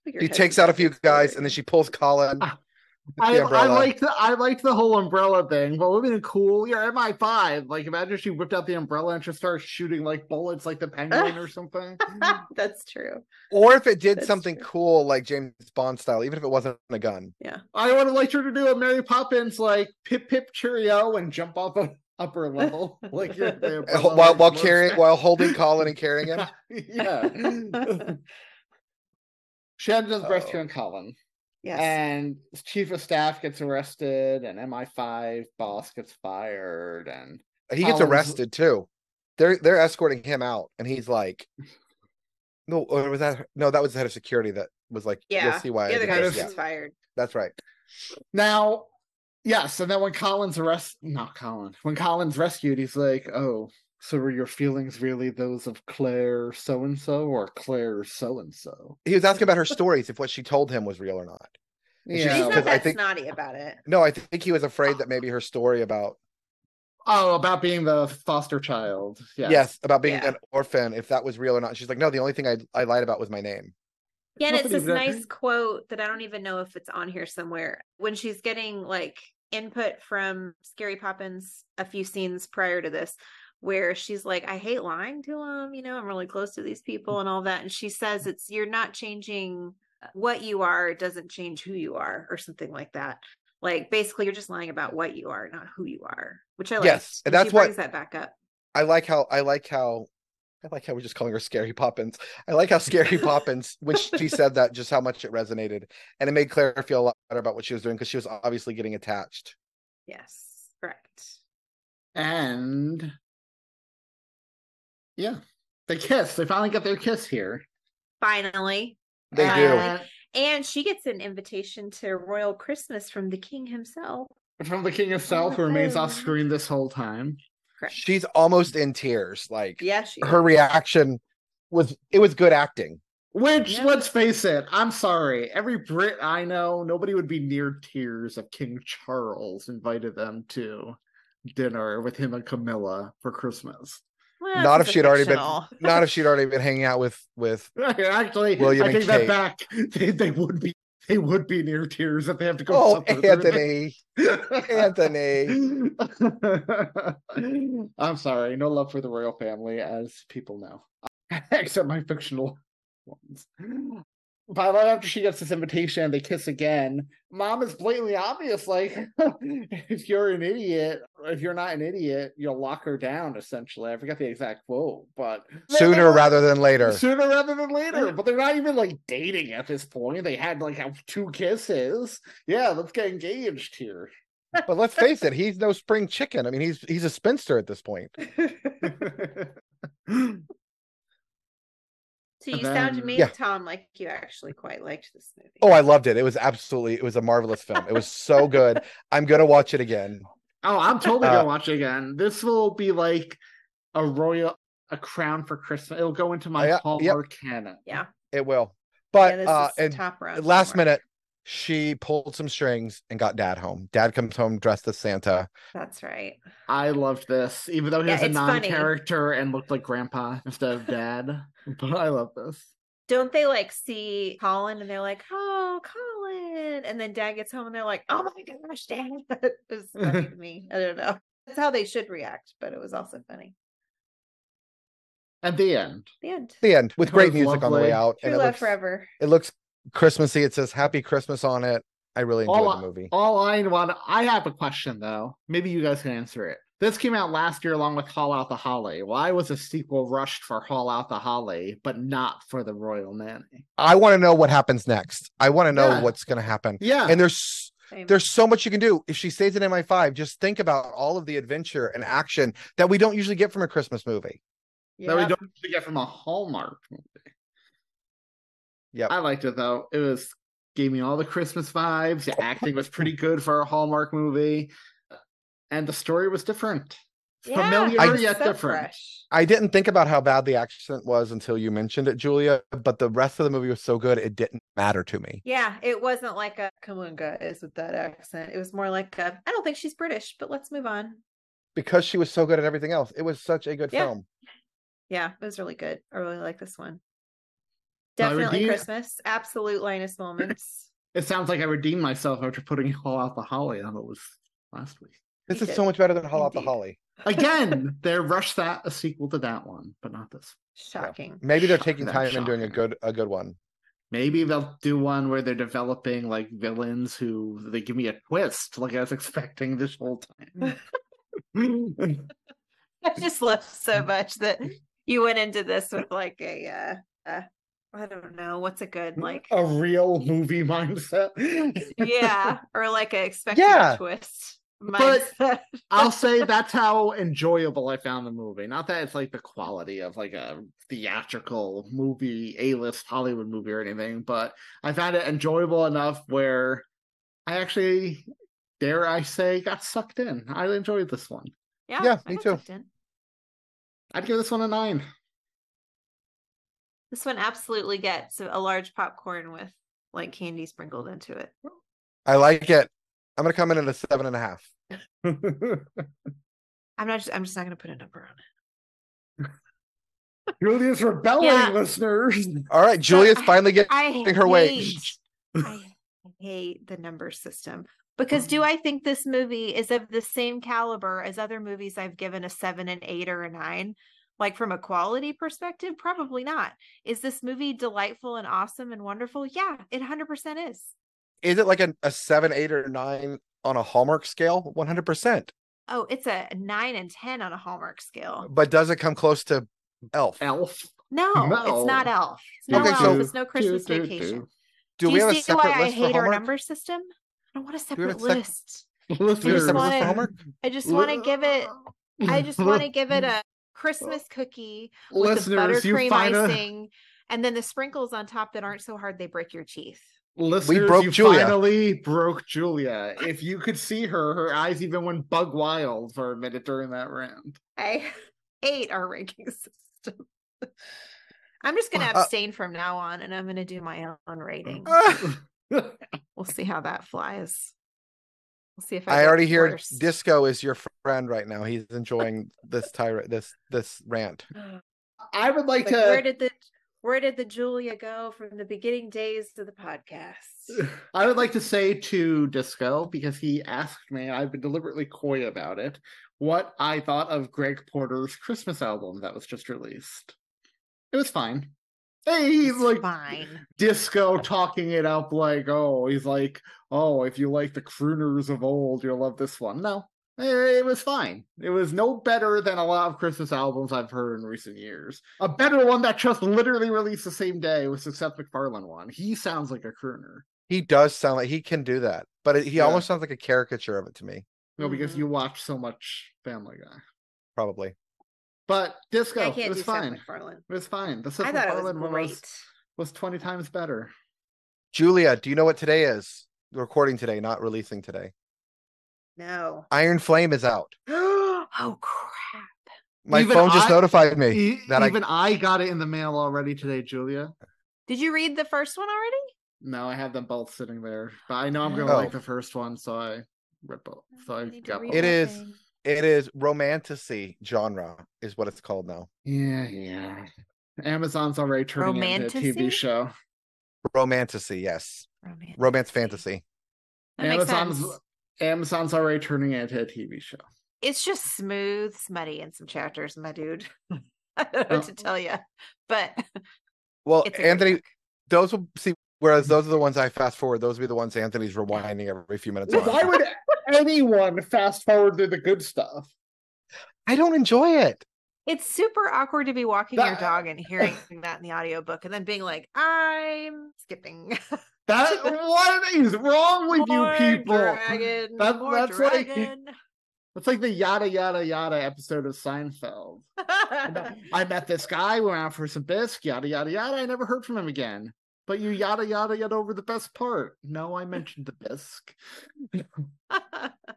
Speaker 9: Your
Speaker 8: She
Speaker 9: head's
Speaker 8: takes out a few
Speaker 9: nothing
Speaker 8: guys
Speaker 9: forward.
Speaker 8: and then she pulls Colin.
Speaker 6: Ah,
Speaker 8: with
Speaker 6: I,
Speaker 8: the
Speaker 6: I
Speaker 8: umbrella.
Speaker 6: liked the I liked the whole umbrella thing, but would have been cool. You're MI five. Like imagine she whipped out the umbrella and just started shooting like bullets like the penguin
Speaker 9: <laughs>
Speaker 6: or something.
Speaker 9: <laughs> That's true.
Speaker 8: or if it did
Speaker 9: That's
Speaker 8: something
Speaker 9: true.
Speaker 8: cool like James Bond style, even if it wasn't a gun.
Speaker 6: I would have liked her to do a Mary Poppins like pip pip cheerio and jump off an upper level. <laughs> Like you're the
Speaker 8: Uh,
Speaker 6: umbrella,
Speaker 8: <laughs> while
Speaker 6: like,
Speaker 8: while
Speaker 6: floats <laughs>
Speaker 8: carrying
Speaker 9: <laughs>
Speaker 6: back.
Speaker 8: while holding Colin and carrying <laughs> him.
Speaker 6: <laughs> yeah. Shannon does
Speaker 8: Oh.
Speaker 6: rescue and Colin.
Speaker 9: Yes.
Speaker 6: And chief of staff gets arrested, and MI5 boss gets fired, and
Speaker 8: He gets
Speaker 6: Colin's-
Speaker 8: arrested too. They're they're escorting him out and he's like No, or was that no, that was the head of security that was like,
Speaker 9: yeah.
Speaker 8: You'll see why I
Speaker 9: the other
Speaker 8: did
Speaker 9: guy
Speaker 8: this."
Speaker 9: was
Speaker 6: guys-
Speaker 8: Yeah,
Speaker 9: just fired.
Speaker 8: that's right.
Speaker 6: Now, yes, and then when Colin's arrest not Colin, when Colin's rescued, he's like, "Oh, so were your feelings really those of Claire so and so or Claire so and so?"
Speaker 8: He was asking about her stories if what she told him was real or not. And she's
Speaker 6: Yeah.
Speaker 9: She's
Speaker 8: No,
Speaker 9: not
Speaker 8: 'cause I
Speaker 9: that
Speaker 8: think-
Speaker 9: snotty about it.
Speaker 8: No, I think he was afraid that maybe her story about
Speaker 6: Oh, about being the foster child. Yes.
Speaker 8: yes, about being
Speaker 9: Yeah.
Speaker 8: an orphan, if that was real or not. She's like, no, the only thing I I lied about was my name.
Speaker 9: Yeah, and it's
Speaker 6: Nobody
Speaker 9: this
Speaker 6: re-
Speaker 9: nice quote that I don't even know if it's on here somewhere. When she's getting like input from Scary Poppins a few scenes prior to this, where she's like, I hate lying to them, you know, I'm really close to these people and all that. And she says, It's you're not changing what you are, it doesn't change who you are, or something like that. Like basically, you're just lying about what you are, not who you are, which I like.
Speaker 8: Yes, and that's
Speaker 9: she
Speaker 8: what-
Speaker 9: brings that back up.
Speaker 8: I like how I like how I like how we're just calling her Scary Poppins. I like how Scary Poppins, when <laughs> she said that, just how much it resonated. And it made Claire feel a lot better about what she was doing because she was obviously getting attached.
Speaker 9: Yes, correct.
Speaker 6: And yeah, they kiss. They finally get their kiss here.
Speaker 9: Finally,
Speaker 8: They
Speaker 9: Uh,
Speaker 8: do.
Speaker 6: And
Speaker 9: And she gets an invitation to Royal Christmas from the king himself.
Speaker 6: from the king of south, who remains off screen this whole time.
Speaker 9: Correct.
Speaker 8: She's almost in tears. Like
Speaker 9: Yeah, she
Speaker 8: her reaction was it was good acting.
Speaker 6: Which,
Speaker 9: Yeah.
Speaker 6: let's face it, I'm sorry. Every Brit I know, nobody would be near tears if King Charles invited them to dinner with him and Camilla for Christmas. <laughs>
Speaker 9: Well,
Speaker 8: Not
Speaker 9: this
Speaker 8: if
Speaker 9: is
Speaker 8: she'd already been-
Speaker 9: fictional.
Speaker 8: Not if she'd already been hanging out with with
Speaker 6: Actually,
Speaker 8: William
Speaker 6: I
Speaker 8: and
Speaker 6: take that back.
Speaker 8: Kate.
Speaker 6: <laughs> They, they would be they would be near tears if they have to go.
Speaker 8: Oh
Speaker 6: suffer through <laughs>
Speaker 8: Anthony.
Speaker 6: that. <laughs>
Speaker 8: <laughs> Anthony.
Speaker 6: I'm sorry, no love for the royal family, as people know, <laughs> except my fictional ones. But right after she gets this invitation, they kiss again. Mom is blatantly obvious, like <laughs> if you're an idiot, or if you're not an idiot, you'll lock her down. Essentially, I forgot the exact quote, but
Speaker 8: <laughs> Sooner rather than later.
Speaker 6: Sooner rather than later. But they're not even like dating at this point. They had like have two kisses. Yeah, let's get engaged here.
Speaker 8: But let's face it, he's no spring chicken. I mean, he's he's a spinster at this point.
Speaker 9: So you
Speaker 6: And
Speaker 9: sound to
Speaker 6: then-
Speaker 9: me,
Speaker 8: Yeah.
Speaker 9: Tom, like you actually quite liked this movie.
Speaker 8: Oh, I loved it. It was absolutely it was a marvelous film. It was so
Speaker 6: <laughs>
Speaker 8: good. I'm gonna watch it again.
Speaker 6: Oh, I'm totally
Speaker 8: Uh,
Speaker 6: gonna watch it again. This will be like a royal a crown for Christmas. It'll go into my
Speaker 8: Oh, Yeah, yep.
Speaker 6: Hallmark canon.
Speaker 9: Yeah.
Speaker 8: It will.
Speaker 9: yeah,
Speaker 8: But
Speaker 9: this
Speaker 8: uh
Speaker 9: is
Speaker 8: and
Speaker 9: top round.
Speaker 8: last
Speaker 9: homework.
Speaker 8: minute, she pulled some strings and got dad home. Dad comes home dressed as Santa.
Speaker 9: That's right.
Speaker 6: I loved this, even though he
Speaker 9: Yeah,
Speaker 6: was a
Speaker 9: it's funny.
Speaker 6: non-character and looked like grandpa instead of dad. <laughs> but I love this.
Speaker 9: Don't they like see Colin and they're like, oh, Colin. And then dad gets home and they're like, oh my gosh, dad. <laughs> That
Speaker 8: <laughs>
Speaker 9: was funny to me. I don't know. That's how they should react, but it was also funny.
Speaker 6: At the end.
Speaker 9: The end.
Speaker 8: The end with
Speaker 6: That
Speaker 8: great
Speaker 6: was
Speaker 8: music on the
Speaker 6: lovely.
Speaker 8: way out.
Speaker 9: True
Speaker 8: and it
Speaker 9: love
Speaker 8: looks,
Speaker 9: forever.
Speaker 8: it looks Christmassy. It says Happy Christmas on it. I really enjoyed
Speaker 6: All
Speaker 8: the movie.
Speaker 6: All I want, I have a question though. Maybe you guys can answer it. This came out last year along with Haul Out the Holly. Why was a sequel rushed for Haul Out the Holly, but not for the Royal Nanny?
Speaker 8: I want to know what happens next. I want to know
Speaker 6: Yeah.
Speaker 8: what's going to happen.
Speaker 6: Yeah,
Speaker 8: And there's
Speaker 9: Same.
Speaker 8: there's so much you can do if she stays at MI5. Just think about all of the adventure and action that we don't usually get from a Christmas movie.
Speaker 6: that we
Speaker 9: Yep.
Speaker 6: don't usually get from a Hallmark movie.
Speaker 8: Yep.
Speaker 6: I liked it though. It was gave me all the Christmas vibes. The acting was pretty good for a Hallmark movie, and the story was different,
Speaker 9: Yeah,
Speaker 6: familiar
Speaker 9: it's
Speaker 6: yet
Speaker 9: so
Speaker 6: different.
Speaker 9: fresh.
Speaker 8: I didn't think about how bad the accent was until you mentioned it, Julia. But the rest of the movie was so good, it didn't matter to me.
Speaker 9: Yeah, it wasn't like a Kamunga is with that accent. It was more like a, I don't think she's British, but let's move on.
Speaker 8: because she was so good at everything else. It was such a good
Speaker 9: Yeah.
Speaker 8: film.
Speaker 9: Yeah, it was really good. I really like this one.
Speaker 6: Now, I
Speaker 9: Definitely
Speaker 6: redeem-
Speaker 9: Christmas. Absolute Linus moments.
Speaker 6: It sounds like I redeemed myself after putting Haul Out the Holly on what was last week.
Speaker 8: This
Speaker 9: You
Speaker 8: is
Speaker 9: did.
Speaker 8: so much better than Haul Out the
Speaker 9: Indeed.
Speaker 8: Holly.
Speaker 6: Again, they rushed that a sequel to that one, but not this.
Speaker 9: Shocking.
Speaker 8: Maybe they're
Speaker 6: Shock-
Speaker 8: taking
Speaker 6: that's
Speaker 8: time and doing a
Speaker 6: shocking.
Speaker 8: good a good one.
Speaker 6: Maybe they'll do one where they're developing like villains who they give me a twist, like I was expecting this whole time.
Speaker 9: <laughs> I just love so much that you went into this with like a, uh, uh, I don't know, what's a good like,
Speaker 6: a real movie mindset.
Speaker 9: yeah, or like a expected
Speaker 8: Yeah.
Speaker 9: twist.
Speaker 6: But-
Speaker 9: mindset.
Speaker 6: <laughs>
Speaker 9: <laughs>
Speaker 6: I'll say that's how enjoyable I found the movie. Not that it's like the quality of like a theatrical movie, A list Hollywood movie or anything, but I found it enjoyable enough where I actually, dare I say, got sucked in. I enjoyed this one.
Speaker 9: yeah,
Speaker 8: Yeah,
Speaker 9: I
Speaker 8: me
Speaker 9: got
Speaker 8: too.
Speaker 9: sucked in.
Speaker 6: I'd give this one a nine.
Speaker 9: This one absolutely gets a large popcorn with like candy sprinkled into it.
Speaker 8: I like it. I'm gonna come in at a seven and a half.
Speaker 9: I'm not. Just, I'm just not going to put a number on it.
Speaker 6: Julia's rebelling,
Speaker 9: Yeah.
Speaker 6: listeners.
Speaker 8: All right, Julia's
Speaker 9: I-
Speaker 8: finally getting.
Speaker 9: I
Speaker 8: Think her way. <laughs>
Speaker 9: hate- I hate the number system because
Speaker 8: Um.
Speaker 9: do I think this movie is of the same caliber as other movies I've given a seven, an eight, or a nine? Like from a quality perspective, probably not. Is this movie delightful and awesome and wonderful? Yeah, it 100% is.
Speaker 8: Is it like a, a seven, eight, or nine on a Hallmark scale? One hundred percent.
Speaker 9: Oh, it's a nine and 10 on a Hallmark scale.
Speaker 8: But does it come close to Elf?
Speaker 6: Elf.
Speaker 9: No, it's not
Speaker 6: No.
Speaker 9: Elf. It's no
Speaker 8: Okay,
Speaker 9: Elf.
Speaker 8: so-
Speaker 9: it's no Christmas
Speaker 6: Do, do, do.
Speaker 9: vacation.
Speaker 8: Do, we have a
Speaker 9: you see why
Speaker 8: separate
Speaker 9: I
Speaker 8: list for
Speaker 9: hate our
Speaker 8: Hallmark?
Speaker 9: number system? I don't want a
Speaker 8: we have a
Speaker 9: separate
Speaker 8: sec- Do
Speaker 9: list.
Speaker 8: we have a
Speaker 6: Listeners,
Speaker 8: separate list
Speaker 9: wanna-
Speaker 8: for Hallmark?
Speaker 9: I just want to give it
Speaker 8: <laughs>
Speaker 9: I just want to give it a Christmas cookie
Speaker 6: <laughs>
Speaker 9: with
Speaker 6: listeners.
Speaker 9: the
Speaker 6: You
Speaker 9: buttercream
Speaker 6: find a
Speaker 9: icing, and then the sprinkles on top that aren't so hard they break your teeth.
Speaker 6: listeners.
Speaker 8: broke
Speaker 6: you
Speaker 8: Julia.
Speaker 6: finally broke Julia. If you could see her, her eyes even went bug wild for a
Speaker 9: <laughs>
Speaker 6: minute during that round.
Speaker 9: I hate our ranking system. <laughs> I'm just going to
Speaker 8: Uh,
Speaker 9: abstain from now on and I'm going to do my own rating. <laughs>
Speaker 8: <laughs>
Speaker 9: We'll see how that flies. We'll see if I,
Speaker 8: I
Speaker 9: get
Speaker 8: already hear
Speaker 9: worse.
Speaker 8: Disco is your friend right now. He's enjoying this tirade, this this rant.
Speaker 6: I would like uh,
Speaker 9: Like, where
Speaker 6: to.
Speaker 9: did the where did the Julia go from the beginning days to the podcast?
Speaker 6: <laughs> I would like to say to Disco because he asked me. I've been deliberately coy about it. What I thought of Greg Porter's Christmas album that was just released. It was fine. Hey, <laughs> he's
Speaker 9: It's
Speaker 6: like
Speaker 9: fine.
Speaker 6: disco talking it up like oh he's like oh if you like the crooners of old you'll love this one no Eh, it was fine it was no better than a lot of christmas albums i've heard in recent years a better one that just literally released the same day was the seth macfarlane one he sounds like a crooner
Speaker 8: He does sound like he can do that, but it, he
Speaker 6: Yeah.
Speaker 8: almost sounds like a caricature of it to me.
Speaker 6: no because
Speaker 9: Mhm.
Speaker 6: you watch so much family guy
Speaker 8: Probably.
Speaker 6: but disco
Speaker 9: I
Speaker 6: it
Speaker 9: can't do
Speaker 6: was
Speaker 9: Seth
Speaker 6: fine
Speaker 9: MacFarlane.
Speaker 6: it was fine the seth
Speaker 9: I thought it was
Speaker 6: MacFarlane one was,
Speaker 9: great.
Speaker 6: was 20 times better
Speaker 8: Julia, do you know what today is? Recording today, not releasing today.
Speaker 9: No.
Speaker 8: Iron Flame is out.
Speaker 9: oh crap.
Speaker 8: My
Speaker 6: Even
Speaker 8: phone just
Speaker 6: I-
Speaker 8: notified me
Speaker 6: E-
Speaker 8: that I
Speaker 6: even I got it in the mail already today julia
Speaker 9: Did you read the first one already?
Speaker 6: No, I have them both sitting there, but I know I'm gonna
Speaker 8: Oh.
Speaker 6: like the first one, so I read both. So I
Speaker 9: I need to
Speaker 6: got
Speaker 9: Oh, read
Speaker 6: both.
Speaker 8: It
Speaker 9: that
Speaker 8: is-
Speaker 9: thing.
Speaker 8: it is romanticy genre is what it's called now.
Speaker 6: Yeah, yeah. Amazon's already turning it into a TV
Speaker 9: Romanticy?
Speaker 6: show.
Speaker 8: Romanticy, yes.
Speaker 9: Romance,
Speaker 8: Romance fantasy.
Speaker 9: That
Speaker 6: Amazon's-
Speaker 9: makes sense.
Speaker 6: Amazon's already turning it into a TV show.
Speaker 9: It's just smooth, smutty in some chapters, my dude. <laughs> I don't know what to tell you, but
Speaker 8: Well,
Speaker 9: it's a great
Speaker 8: Anthony,
Speaker 9: book.
Speaker 8: those will see whereas those are the ones I fast forward, those will be the ones Anthony's rewinding every few minutes on.
Speaker 6: Why would anyone fast forward through the good stuff?
Speaker 8: I don't enjoy it.
Speaker 9: It's super awkward to be walking your
Speaker 6: That-
Speaker 9: dog and
Speaker 6: <laughs>
Speaker 9: hearing that in the audiobook and then being like, I'm skipping. <laughs>
Speaker 6: That what is wrong with
Speaker 9: More
Speaker 6: you people?
Speaker 9: Dragon,
Speaker 6: That-
Speaker 9: more
Speaker 6: that's like-
Speaker 9: dragon. <laughs>
Speaker 6: That's like the yada yada yada episode of Seinfeld. I met- I met this guy, went out for some bisque, yada yada yada. I never heard from him again. But you yada yada yada over the best part. No, I mentioned the bisque.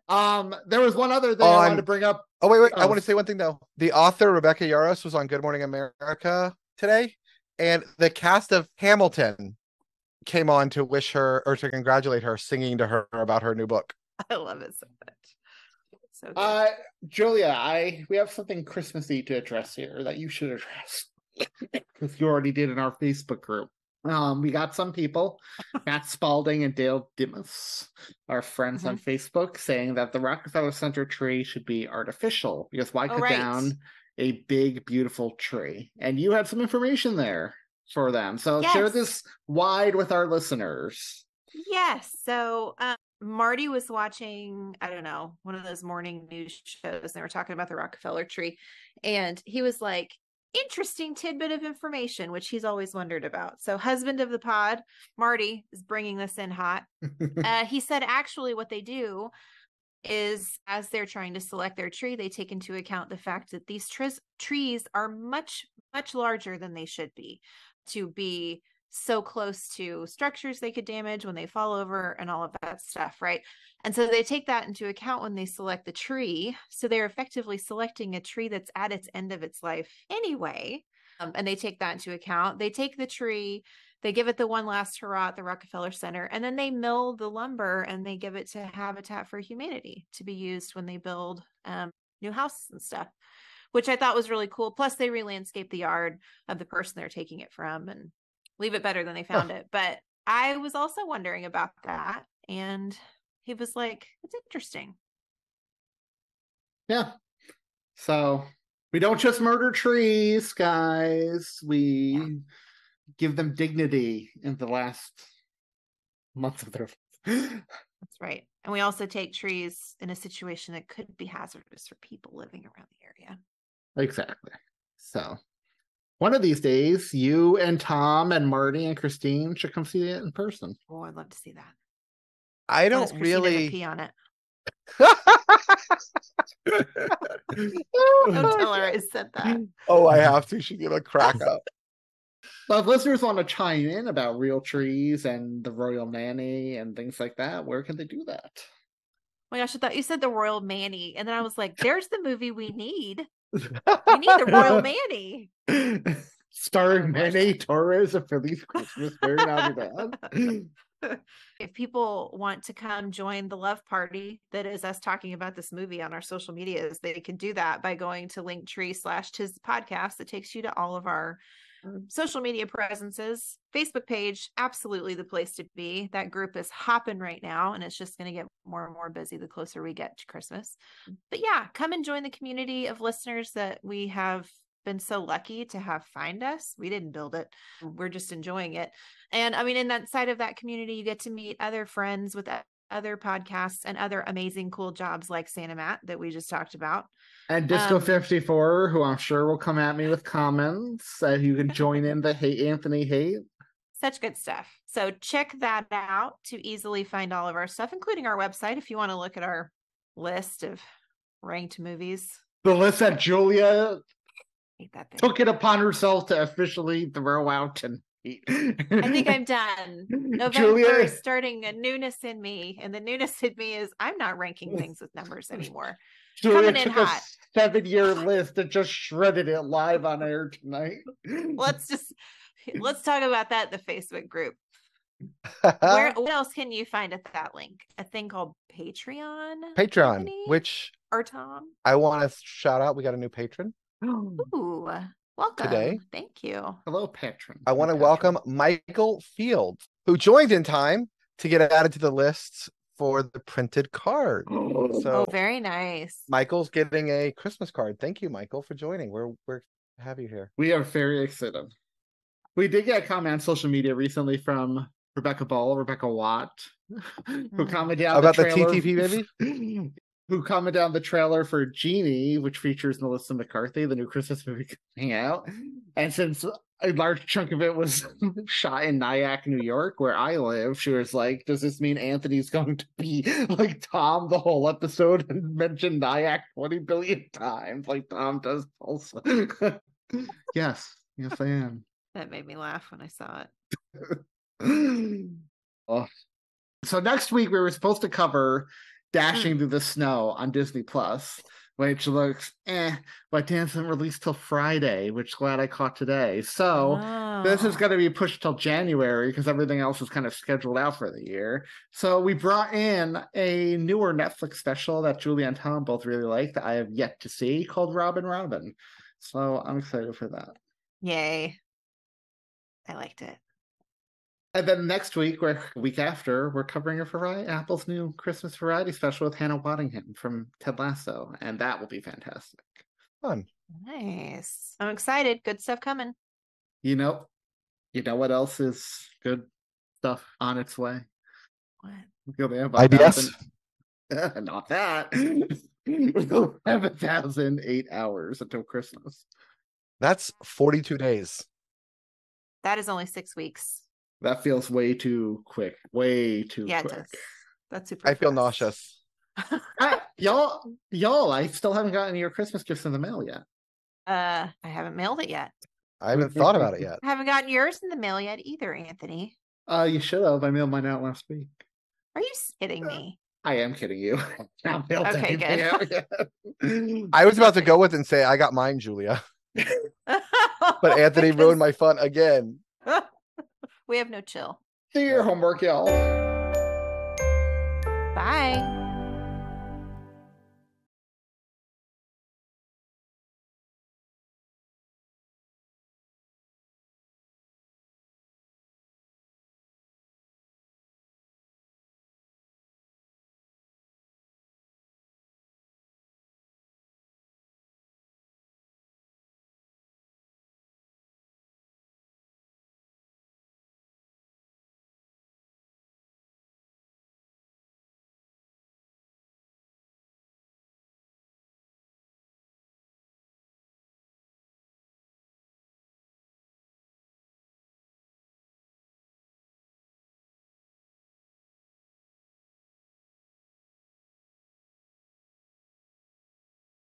Speaker 6: Um, there was one other thing I wanted
Speaker 8: On-
Speaker 6: to bring up.
Speaker 8: Oh wait, wait! I
Speaker 6: Oh.
Speaker 8: want to say one thing though. The author Rebecca Yaros was on Good Morning America today, and the cast of Hamilton came on to wish her or to congratulate her, singing to her about her new book.
Speaker 9: I love it so much. So good.
Speaker 6: Uh Julia, I we have something Christmassy to address here that you should address. <coughs> Because you already did in our Facebook group. Um, we got some
Speaker 9: <laughs>
Speaker 6: people, Matt Spalding and Dale Dimas, our friends on
Speaker 9: Mm-hmm.
Speaker 6: Facebook, saying that the Rockefeller Center tree should be artificial because why
Speaker 9: Oh,
Speaker 6: cut
Speaker 9: right.
Speaker 6: down a big, beautiful tree? And you had some information there for them. So share
Speaker 9: Yes.
Speaker 6: this wide with our listeners. <laughs>
Speaker 9: Yes. So um, Marty was watching, I don't know, one of those morning news shows, and they were talking about the Rockefeller tree. And he was like, interesting tidbit of information, which he's always wondered about. So, husband of the pod, Marty is bringing this in hot. Uh, he said, actually, what they do is as they're trying to select their tree, they take into account the fact that these tris- trees are much, much larger than they should be to be so close to structures they could damage when they fall over and all of that stuff, right? And so they take that into account when they select the tree. So they're effectively selecting a tree that's at its end of its life anyway. Um, and they take that into account. They take the tree, they give it the one last hurrah at the Rockefeller Center, and then they mill the lumber and they give it to Habitat for Humanity to be used when they build um, new houses and stuff, which I thought was really cool. Plus, they re landscape the yard of the person they're taking it from and leave it better than they found it. But I was also wondering about that. And he was like, it's interesting.
Speaker 6: Yeah. So we don't just murder trees, guys. We give them dignity in the last month of their life. <laughs>
Speaker 9: That's right. And we also take trees in a situation that could be hazardous for people living around the area.
Speaker 6: exactly. So one of these days, you and Tom and Marty and Christine should come see it in person.
Speaker 9: Oh, I'd love to see that.
Speaker 8: I
Speaker 9: Unless
Speaker 8: don't
Speaker 9: Christina can
Speaker 8: really.
Speaker 9: pee on it. Don't tell her
Speaker 8: oh,
Speaker 9: I said that.
Speaker 8: I have to. She's gonna crack
Speaker 9: Oh.
Speaker 8: up.
Speaker 6: But if listeners want to chime in about real trees and the royal nanny and things like that, where can they do that?
Speaker 9: my gosh, I thought you said the Royal Manny. And then <laughs> I was like, there's the movie we need. We need the Royal Manny.
Speaker 6: <laughs> starring Manny Torres of Feliz Christmas Fair Navidad.
Speaker 9: if people want to come join the love party that is us talking about this movie on our social medias, they can do that by going to linktree slash tis podcast. It takes you to all of our social media presences, Facebook page, absolutely the place to be. That group is hopping right now, and it's just going to get more and more busy the closer we get to Christmas. But yeah, come and join the community of listeners that we have been so lucky to have find us. We didn't build it, we're just enjoying it. And I mean, in that side of that community, you get to meet other friends with other podcasts and other amazing, cool jobs like Santa Matt that we just talked about.
Speaker 6: And Disco
Speaker 9: Um,
Speaker 6: 54, who I'm sure will come at me with comments that you can join in the hate Anthony hate.
Speaker 9: Such good stuff. So check that out to easily find all of our stuff, including our website if you want to look at our list of ranked movies.
Speaker 6: The list that Julia
Speaker 9: Hate that thing.
Speaker 6: took it upon herself to officially throw out and hate.
Speaker 9: I
Speaker 6: <laughs>
Speaker 9: think I'm done. November
Speaker 6: Julia,
Speaker 9: is starting a newness in me, and the newness in me is I'm not ranking things with numbers anymore.
Speaker 6: Julia
Speaker 9: coming in
Speaker 6: took
Speaker 9: hot.
Speaker 6: a seven year list and just shredded it live on air tonight.
Speaker 9: Let's just let's talk about that in the Facebook group. Where
Speaker 8: Uh
Speaker 9: what else can you find at that link? A thing called Patreon
Speaker 8: <laughs> Patreon,
Speaker 9: Anthony?
Speaker 8: which
Speaker 9: or Tom?
Speaker 8: I want to shout out. We got a new patron.
Speaker 9: Ooh, welcome.
Speaker 8: Today?
Speaker 9: Thank you.
Speaker 6: Hello, patron.
Speaker 8: I want to welcome Michael Field, who joined in time to get added to the list for the printed card.
Speaker 9: Oh,
Speaker 8: So
Speaker 9: very nice.
Speaker 8: Michael's getting a Christmas card. Thank you, Michael, for joining. We're we're to have you here.
Speaker 6: We are very excited. We did get a comment on social media recently from Rebecca Ball, Rebecca Watt, who
Speaker 9: Mm.
Speaker 6: commented on
Speaker 8: About the
Speaker 6: trailer-
Speaker 8: TTP
Speaker 6: baby, who commented on the trailer for Genie, which features Melissa McCarthy, the new Christmas movie coming out. And since a large chunk of it was <laughs> shot in Nyack, New York, where I live, she was like, "Does this mean Anthony's going to be like Tom the whole episode and mention Nyack twenty billion times, like Tom does also?" <laughs> yes, yes, I am.
Speaker 9: That made me laugh when I saw it.
Speaker 6: Oh. So next week we were supposed to cover Dashing Through the Snow on Disney Plus, which looks eh, but doesn't release till Friday, which glad I caught today. So this is
Speaker 9: Oh.
Speaker 6: going to be pushed till January because everything else is kind of scheduled out for the year. So we brought in a newer Netflix special that Julie and Tom both really like that I have yet to see called Robin Robin. So I'm excited for that.
Speaker 9: Yay. I liked it.
Speaker 6: And then next week, or week after, we're covering a variety, Apple's new Christmas variety special with Hannah Waddingham from Ted Lasso, and that will be fantastic.
Speaker 8: Fun.
Speaker 9: Nice. I'm excited. Good stuff coming.
Speaker 6: You know, you know what else is good stuff on its way?
Speaker 9: What?
Speaker 6: You'll have a
Speaker 8: IBS.
Speaker 6: thousand- <laughs> Not that. We'll have a thousand eight hours until Christmas.
Speaker 8: That's 42 days.
Speaker 9: That is only six weeks.
Speaker 6: That feels way too quick. Way too
Speaker 9: yeah, it
Speaker 6: quick.
Speaker 9: does. That's super.
Speaker 8: I feel <laughs>
Speaker 9: fast.
Speaker 8: nauseous.
Speaker 6: I- y'all, y'all, I still haven't gotten your Christmas gifts in the mail yet.
Speaker 9: Uh, I haven't mailed it yet.
Speaker 8: I haven't thought about it yet.
Speaker 9: I haven't gotten yours in the mail yet either, Anthony.
Speaker 6: Uh, you should have. I mailed mine out last week.
Speaker 9: Are you s- kidding me? <laughs>
Speaker 6: I am kidding you. <laughs> I mailed
Speaker 9: Okay,
Speaker 6: everything out, yeah.
Speaker 8: <laughs> I was about to go with and say I got mine, Julia, <laughs> but Anthony ruined my fun again.
Speaker 9: We have no chill.
Speaker 6: Do your homework, y'all.
Speaker 9: Bye.